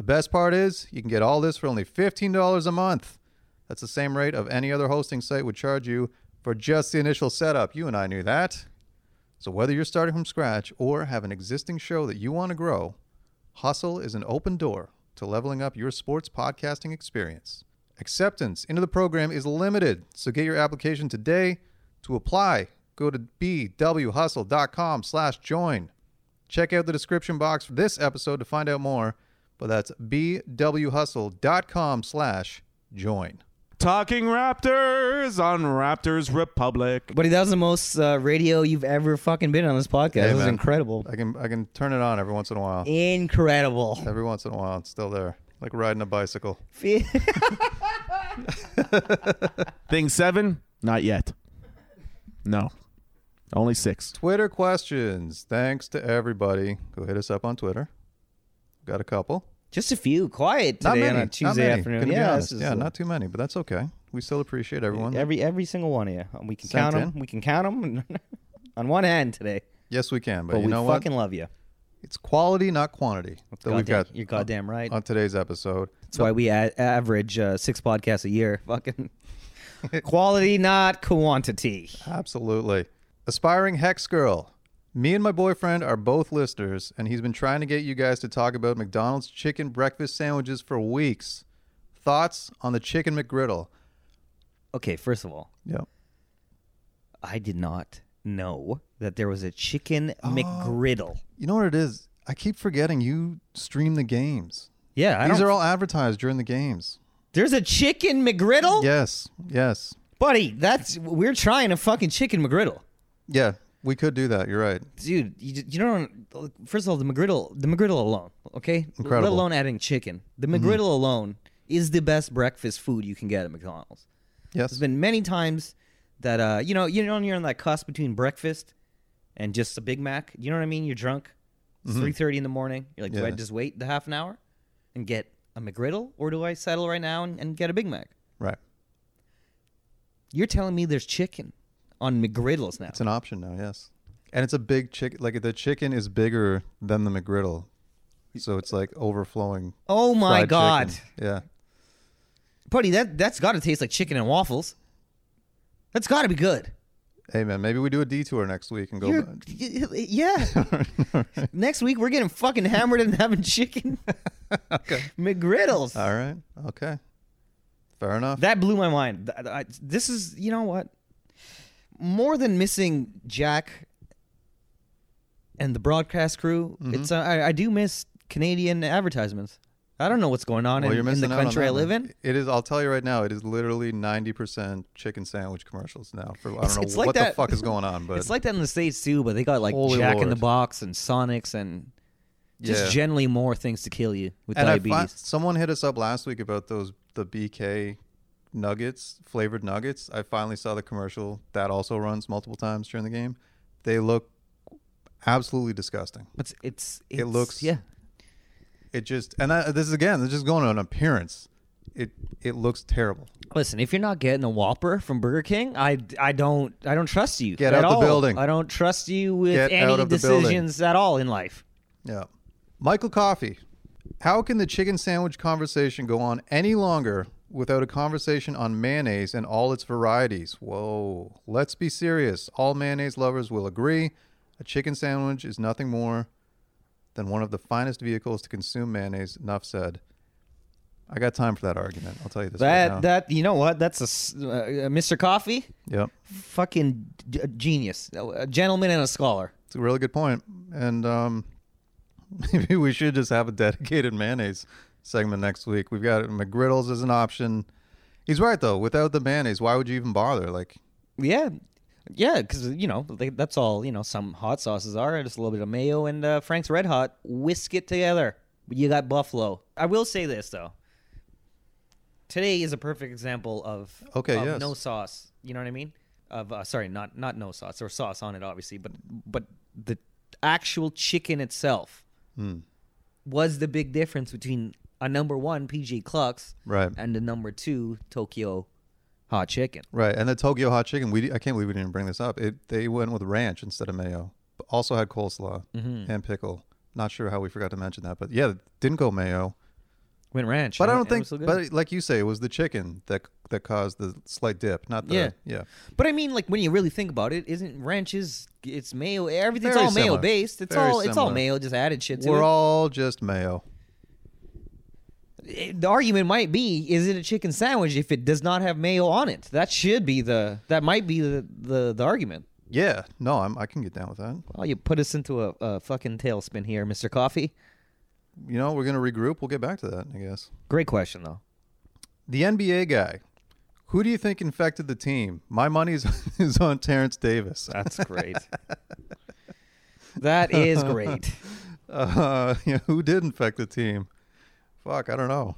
Speaker 2: The best part is, you can get all this for only $15 a month. That's the same rate of any other hosting site would charge you for just the initial setup. You and I knew that. So, whether you're starting from scratch or have an existing show that you want to grow, Hustle is an open door to leveling up your sports podcasting experience. Acceptance into the program is limited, so get your application today. To apply, go to bwhustle.com slash join. Check out the description box for this episode to find out more, but that's bwhustle.com slash join.
Speaker 1: Talking Raptors on Raptors Republic.
Speaker 3: Buddy, that was the most uh, radio you've ever fucking been on this podcast.
Speaker 2: Hey,
Speaker 3: that was
Speaker 2: man.
Speaker 3: incredible.
Speaker 2: I can I can turn it on every once in a while.
Speaker 3: Incredible.
Speaker 2: Every once in a while, it's still there. Like riding a bicycle.
Speaker 1: Thing seven? Not yet. No. Only six.
Speaker 2: Twitter questions. Thanks to everybody who hit us up on Twitter. Got a couple.
Speaker 3: <laughs> Just a few. Quiet today on a Tuesday
Speaker 2: many,
Speaker 3: afternoon.
Speaker 2: gonna be
Speaker 3: Yeah,
Speaker 2: honest.
Speaker 3: this is,
Speaker 2: yeah,
Speaker 3: uh,
Speaker 2: not too many, but that's okay. We still appreciate everyone.
Speaker 3: every every single one of you. Um, We can
Speaker 2: Sent
Speaker 3: count 'em. count them.
Speaker 2: in.
Speaker 3: We can count them <laughs> on one hand today.
Speaker 2: yes, we can, but,
Speaker 3: But
Speaker 2: you
Speaker 3: we
Speaker 2: know what?
Speaker 3: fucking love you.
Speaker 2: It's quality, not quantity, that we've
Speaker 3: Goddamn-
Speaker 2: got
Speaker 3: you're goddamn right.
Speaker 2: on today's episode.
Speaker 3: That's why we a- average uh, six podcasts a year. <laughs> Fucking quality, not quantity.
Speaker 2: Absolutely. Aspiring Hex Girl. Me and my boyfriend are both listeners, and he's been trying to get you guys to talk about McDonald's chicken breakfast sandwiches for weeks. Thoughts on the chicken McGriddle?
Speaker 3: Okay, first of all,
Speaker 2: Yep.
Speaker 3: I did not know that there was a chicken
Speaker 2: Oh.
Speaker 3: McGriddle.
Speaker 2: You know what it is? I keep forgetting you stream the games.
Speaker 3: Yeah, I
Speaker 2: These
Speaker 3: don't.
Speaker 2: are all advertised during the games.
Speaker 3: there's a chicken McGriddle.
Speaker 2: Yes, yes,
Speaker 3: Buddy, that's we're trying a fucking chicken McGriddle,
Speaker 2: yeah. We could do that. You're right.
Speaker 3: dude. You, you don't. First of all, the McGriddle, the McGriddle alone, okay, Let
Speaker 2: Incredible. Mm-hmm.
Speaker 3: alone adding chicken, the McGriddle alone is the best breakfast food you can get at McDonald's.
Speaker 2: Yes,
Speaker 3: There's been many times that uh, you know, you know, you're on that cusp between breakfast and just a Big Mac. You know what I mean? You're drunk. It's thirty in the morning. You're like, do I
Speaker 2: Mm-hmm. Yeah.
Speaker 3: just wait the half an hour and get a McGriddle, or do I settle right now and, and get a Big Mac?
Speaker 2: right.
Speaker 3: You're telling me there's chicken on McGriddles now.
Speaker 2: It's an option now. Yes, and it's a big chicken. Like the chicken is bigger than the McGriddle, so it's like overflowing.
Speaker 3: Oh my
Speaker 2: fried
Speaker 3: god,
Speaker 2: chicken. Yeah,
Speaker 3: buddy, that that's got to taste like chicken and waffles. That's got to be good.
Speaker 2: hey man, maybe we do a detour next week and go.
Speaker 3: You're-
Speaker 2: back.
Speaker 3: y- y- yeah.
Speaker 2: <laughs>
Speaker 3: Next week we're getting fucking hammered and having chicken McGriddles.
Speaker 2: All right. Okay. Fair enough.
Speaker 3: That blew my mind. Th- I- this is you know what? More than missing Jack
Speaker 2: Mm-hmm.
Speaker 3: and the broadcast crew, it's uh, I, I do miss Canadian advertisements. I I don't know what's going on
Speaker 2: Well,
Speaker 3: in,
Speaker 2: you're
Speaker 3: in
Speaker 2: missing
Speaker 3: the
Speaker 2: out on
Speaker 3: country
Speaker 2: that
Speaker 3: I
Speaker 2: one.
Speaker 3: live in.
Speaker 2: It is. I'll tell you right now. It is literally ninety percent chicken sandwich commercials now. For I don't
Speaker 3: It's-
Speaker 2: know
Speaker 3: it's like
Speaker 2: what the
Speaker 3: that-
Speaker 2: fuck is going
Speaker 3: <laughs>
Speaker 2: on, but
Speaker 3: It's like that in the states too, but they got like
Speaker 2: Holy
Speaker 3: Jack in
Speaker 2: Lord.
Speaker 3: the Box and Sonics and just
Speaker 2: Yeah.
Speaker 3: generally more things to kill you with
Speaker 2: and I
Speaker 3: diabetes.
Speaker 2: find, someone hit us up last week about those the BK nuggets, flavored nuggets. I finally saw the commercial that also runs multiple times during the game. They look absolutely disgusting.
Speaker 3: But it's, it's,
Speaker 2: It looks-
Speaker 3: yeah.
Speaker 2: It just and I, this is again, this is just going on appearance. It it looks terrible.
Speaker 3: Listen, if you're not getting a Whopper from Burger King, I, I don't I don't trust you.
Speaker 2: Get
Speaker 3: at
Speaker 2: out the
Speaker 3: all.
Speaker 2: building.
Speaker 3: I don't trust you with
Speaker 2: Get out
Speaker 3: any
Speaker 2: of the building.
Speaker 3: decisions at all in life.
Speaker 2: Yeah. Michael Coffey, how can the chicken sandwich conversation go on any longer without a conversation on mayonnaise and all its varieties? Whoa. Let's be serious. All mayonnaise lovers will agree a chicken sandwich is nothing more than one of the finest vehicles to consume mayonnaise. Enough said. I got time for that argument. I'll tell you this.
Speaker 3: That
Speaker 2: right now.
Speaker 3: that you know what? That's a s- uh, uh, Mr. Coffee,
Speaker 2: Yep.
Speaker 3: fucking d- a genius, a gentleman and a scholar.
Speaker 2: It's a really good point. And um, <laughs> maybe we should just have a dedicated mayonnaise segment next week. We've got McGriddles as an option. He's right though. Without the mayonnaise, why would you even bother? Like,
Speaker 3: Yeah, yeah, because you know they, that's all you know. Some hot sauces are just a little bit of mayo and uh, Frank's Red Hot. Whisk it together. You got buffalo. I will say this though. Today is a perfect example of
Speaker 2: Okay,
Speaker 3: of
Speaker 2: yes.
Speaker 3: no sauce. You know what I mean? Of uh, sorry, not not no sauce or sauce on it, obviously, but but the actual chicken itself
Speaker 2: Hmm.
Speaker 3: was the big difference between a number one PG Clucks
Speaker 2: Right.
Speaker 3: and the number two Tokyo Hot Chicken.
Speaker 2: right? And the Tokyo hot chicken. We I can't believe we didn't bring this up. It they went with ranch instead of mayo, but also had coleslaw
Speaker 3: Mm-hmm.
Speaker 2: and pickle. Not sure how we forgot to mention that, but yeah, didn't go mayo.
Speaker 3: Went ranch,
Speaker 2: But I
Speaker 3: and
Speaker 2: don't
Speaker 3: it- and it
Speaker 2: think.
Speaker 3: was so good.
Speaker 2: But like you say, it was the chicken that that caused the slight dip, not the
Speaker 3: Yeah.
Speaker 2: yeah.
Speaker 3: But I mean, like when you really think about it, isn't ranch is it's mayo? Everything's
Speaker 2: Very
Speaker 3: all mayo
Speaker 2: similar.
Speaker 3: based. It's
Speaker 2: Very
Speaker 3: all it's all
Speaker 2: similar.
Speaker 3: mayo, just added shit to
Speaker 2: We're
Speaker 3: it.
Speaker 2: all just mayo.
Speaker 3: It- Eh, the argument might be: is it a chicken sandwich if it does not have mayo on it? That should be the that might be the the, the argument.
Speaker 2: Yeah, no, I'm, I can get down with that.
Speaker 3: Well, you put us into a, a fucking tailspin here, Mister Coffee.
Speaker 2: You know, we're gonna regroup. We'll get back to that, I guess.
Speaker 3: Great question though.
Speaker 2: The NBA guy, who do you think infected the team? My money is, <laughs> is on Terrence Davis.
Speaker 3: That's great. <laughs> that is
Speaker 2: <laughs>
Speaker 3: great.
Speaker 2: Uh, <laughs> yeah, who did infect the team? Fuck, I don't know.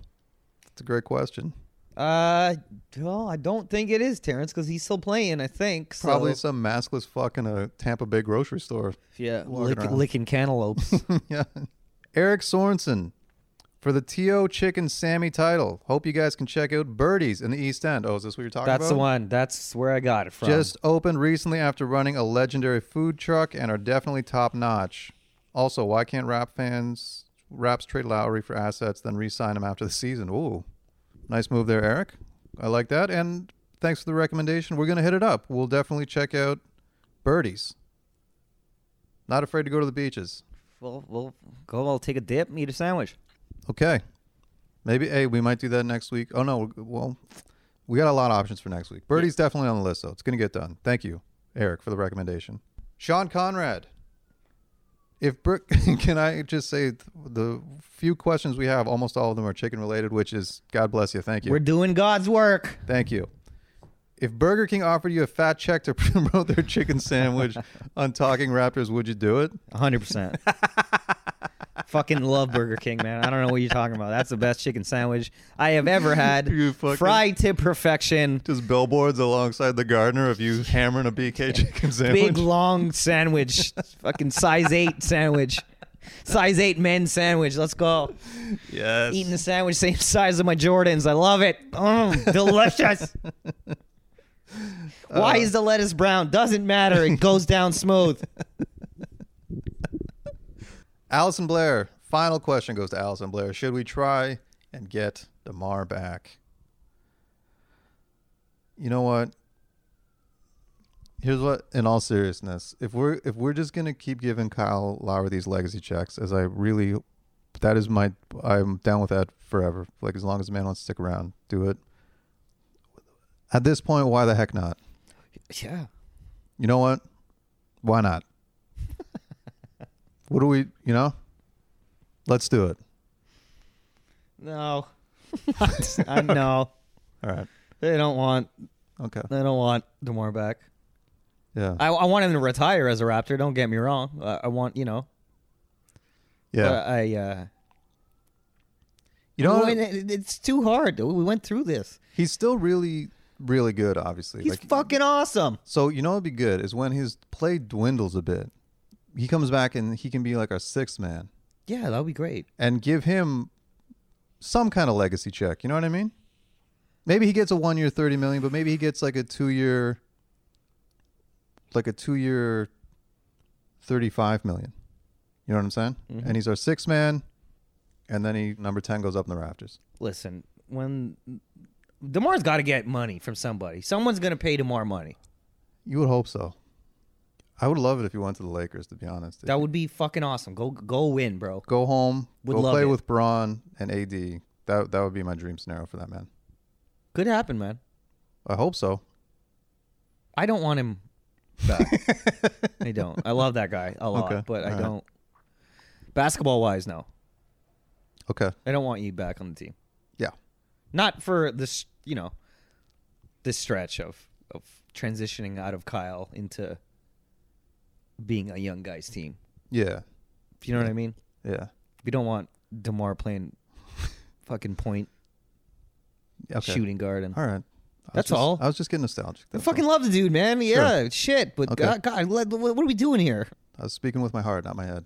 Speaker 2: It's a great question.
Speaker 3: Uh, well, I don't think it is Terrence because he's still playing. I think so.
Speaker 2: Probably some maskless fuck in a Tampa Bay grocery store. <laughs>
Speaker 3: yeah,
Speaker 2: walking
Speaker 3: lick,
Speaker 2: around. <laughs>
Speaker 3: licking cantaloupes.
Speaker 2: yeah. Eric Sorensen for the T.O. Chicken Sammy title. Hope you guys can check out Birdies in the East End. Oh, is this what you're talking about?
Speaker 3: That's the one. That's where I got it from.
Speaker 2: Just opened recently after running a legendary food truck and are definitely top notch. Also, why can't rap fans raps trade Lowry for assets then re-sign him after the season? Ooh, nice move there, Eric. I like that. And thanks for the recommendation. We're gonna hit it up. We'll definitely check out birdies. Not afraid to go to the beaches.
Speaker 3: we'll, we'll go. I'll take a dip, and eat a sandwich.
Speaker 2: Okay, maybe hey, we might do that next week. Oh no, well, we got a lot of options for next week. Birdie's definitely on the list, so it's gonna get done. Thank you, Eric, for the recommendation. Sean Conrad. If Bur- <laughs> can I just say th- the few questions we have, almost all of them are chicken related, which is God bless you. Thank you.
Speaker 3: We're doing God's work.
Speaker 2: Thank you. If Burger King offered you a fat check to <laughs> promote their chicken
Speaker 3: <laughs>
Speaker 2: sandwich on Talking Raptors, would you do it?
Speaker 3: 100%. <laughs> fucking love Burger King, man. I don't know what you're talking about. That's the best chicken sandwich I have ever
Speaker 2: <laughs>
Speaker 3: had.
Speaker 2: You fucking-
Speaker 3: Fried to perfection.
Speaker 2: Just billboards alongside the gardener of you hammering a BK chicken sandwich.
Speaker 3: Big long sandwich. fucking size 8 sandwich. Size 8 men sandwich. Let's go.
Speaker 2: yes.
Speaker 3: Eating the sandwich same <laughs> size as my Jordans. I love it. <laughs> Mm, delicious. Why is the lettuce brown? Doesn't matter. It goes down smooth.
Speaker 2: Allison Blair. Final question goes to Allison Blair. Should we try and get Demar back? You know what? Here's what. In all seriousness, if we're if we're just gonna keep giving Kyle Lowry these legacy checks, as I really, that is my. I'm down with that forever. Like as long as the man wants to stick around, do it. At this point, why the heck not?
Speaker 3: <laughs> Yeah.
Speaker 2: You know what? Why
Speaker 3: <laughs>
Speaker 2: not? what do we? You know? Let's do it.
Speaker 3: No, <laughs> I know.
Speaker 1: All right.
Speaker 3: They don't want.
Speaker 2: Okay.
Speaker 3: They don't want Demar back.
Speaker 2: Yeah.
Speaker 3: I, I want him to retire as a Raptor. Don't get me wrong. Uh, I want you know.
Speaker 2: Yeah.
Speaker 3: but I. Uh,
Speaker 2: you know,
Speaker 3: I mean, it- it's too hard. dude. We went through this.
Speaker 2: he's still really, really good. Obviously,
Speaker 3: He's
Speaker 2: Like,
Speaker 3: fucking awesome.
Speaker 2: So you know, it'd be good is when his play dwindles a bit. He comes back and he can be like our sixth man
Speaker 3: Yeah, that would be great.
Speaker 2: and give him some kind of legacy check. You know what I mean? Maybe he gets a one year thirty million, but maybe he gets like a two year, like a two year thirty five million. You know what I'm saying?
Speaker 3: Mm-hmm.
Speaker 2: And he's our sixth man, and then he number ten goes up in the rafters.
Speaker 3: Listen, when Demar's got to get money from somebody, someone's gonna pay Demar money.
Speaker 2: You would hope so. I would love it if he went to the Lakers. To be honest,
Speaker 3: That would be fucking awesome. Go go win, bro.
Speaker 2: go home,
Speaker 3: Would
Speaker 2: go
Speaker 3: love
Speaker 2: play
Speaker 3: it.
Speaker 2: with Braun and AD. That that would be my dream scenario for that man.
Speaker 3: Could happen, man.
Speaker 2: I hope so.
Speaker 3: I don't want him
Speaker 2: <laughs>
Speaker 3: back. I don't. I love that guy a lot,
Speaker 2: Okay,
Speaker 3: but I
Speaker 2: all right.
Speaker 3: don't. Basketball wise, no.
Speaker 2: Okay.
Speaker 3: I don't want you back on the team.
Speaker 2: Yeah.
Speaker 3: Not for this, you know, this stretch of of transitioning out of Kyle into being a young guys team.
Speaker 2: Yeah.
Speaker 3: If you know what I mean?
Speaker 2: Yeah.
Speaker 3: We don't want Demar playing fucking point
Speaker 2: Okay.
Speaker 3: shooting guard and
Speaker 2: All right. I was
Speaker 3: That's
Speaker 2: just-
Speaker 3: all.
Speaker 2: I was just getting nostalgic.
Speaker 3: I
Speaker 2: That's
Speaker 3: fucking
Speaker 2: all.
Speaker 3: love the dude, man. Yeah, shit. But
Speaker 2: Okay.
Speaker 3: God, God, what what are we doing here?
Speaker 2: I was speaking with my heart, not my head.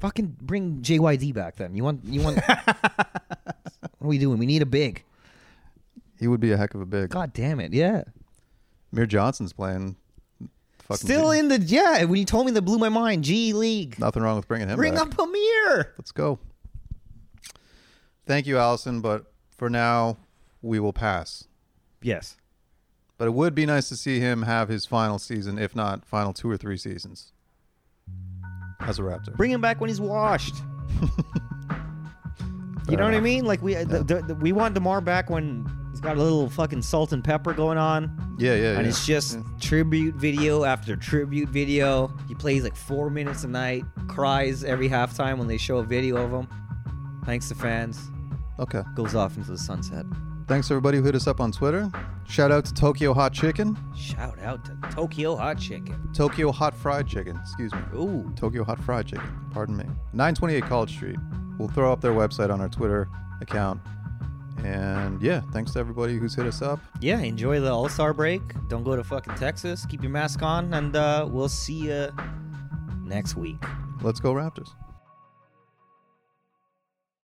Speaker 3: Fucking bring JYD back then. You want you want <laughs> What are we doing? We need a big.
Speaker 2: He would be a heck of a big.
Speaker 3: God damn it. Yeah.
Speaker 2: Mir Johnson's playing. Fucking
Speaker 3: Still
Speaker 2: big.
Speaker 3: in the yeah, when you told me that blew my mind. G League.
Speaker 2: Nothing wrong with bringing him.
Speaker 3: Bring
Speaker 2: back.
Speaker 3: up Amir.
Speaker 2: Let's go. Thank you, Allison. But for now, we will pass.
Speaker 3: Yes.
Speaker 2: But it would be nice to see him have his final season, if not final two or three seasons, as a Raptor.
Speaker 3: Bring him back when he's <laughs> washed. you know what I mean? Like we the, the, the- we want Demar back when he's got a little fucking salt and pepper going on.
Speaker 2: Yeah, yeah, yeah.
Speaker 3: And it's just tribute video after tribute video. He plays like four minutes a night, cries every halftime when they show a video of him. Thanks to fans.
Speaker 2: okay.
Speaker 3: Goes off into the sunset.
Speaker 2: Thanks everybody who hit us up on Twitter. Shout out to Tokyo Hot Chicken,
Speaker 3: Shout out to Tokyo Hot Chicken.
Speaker 2: Tokyo Hot Fried Chicken. Excuse me,
Speaker 3: Ooh.
Speaker 2: Tokyo Hot Fried Chicken. Pardon me. 928 College Street. We'll throw up their website on our Twitter account. And yeah, thanks to everybody who's hit us up.
Speaker 3: Yeah, enjoy the All Star break. Don't go to fucking Texas. Keep your mask on, and uh, we'll see you next week.
Speaker 2: Let's go Raptors.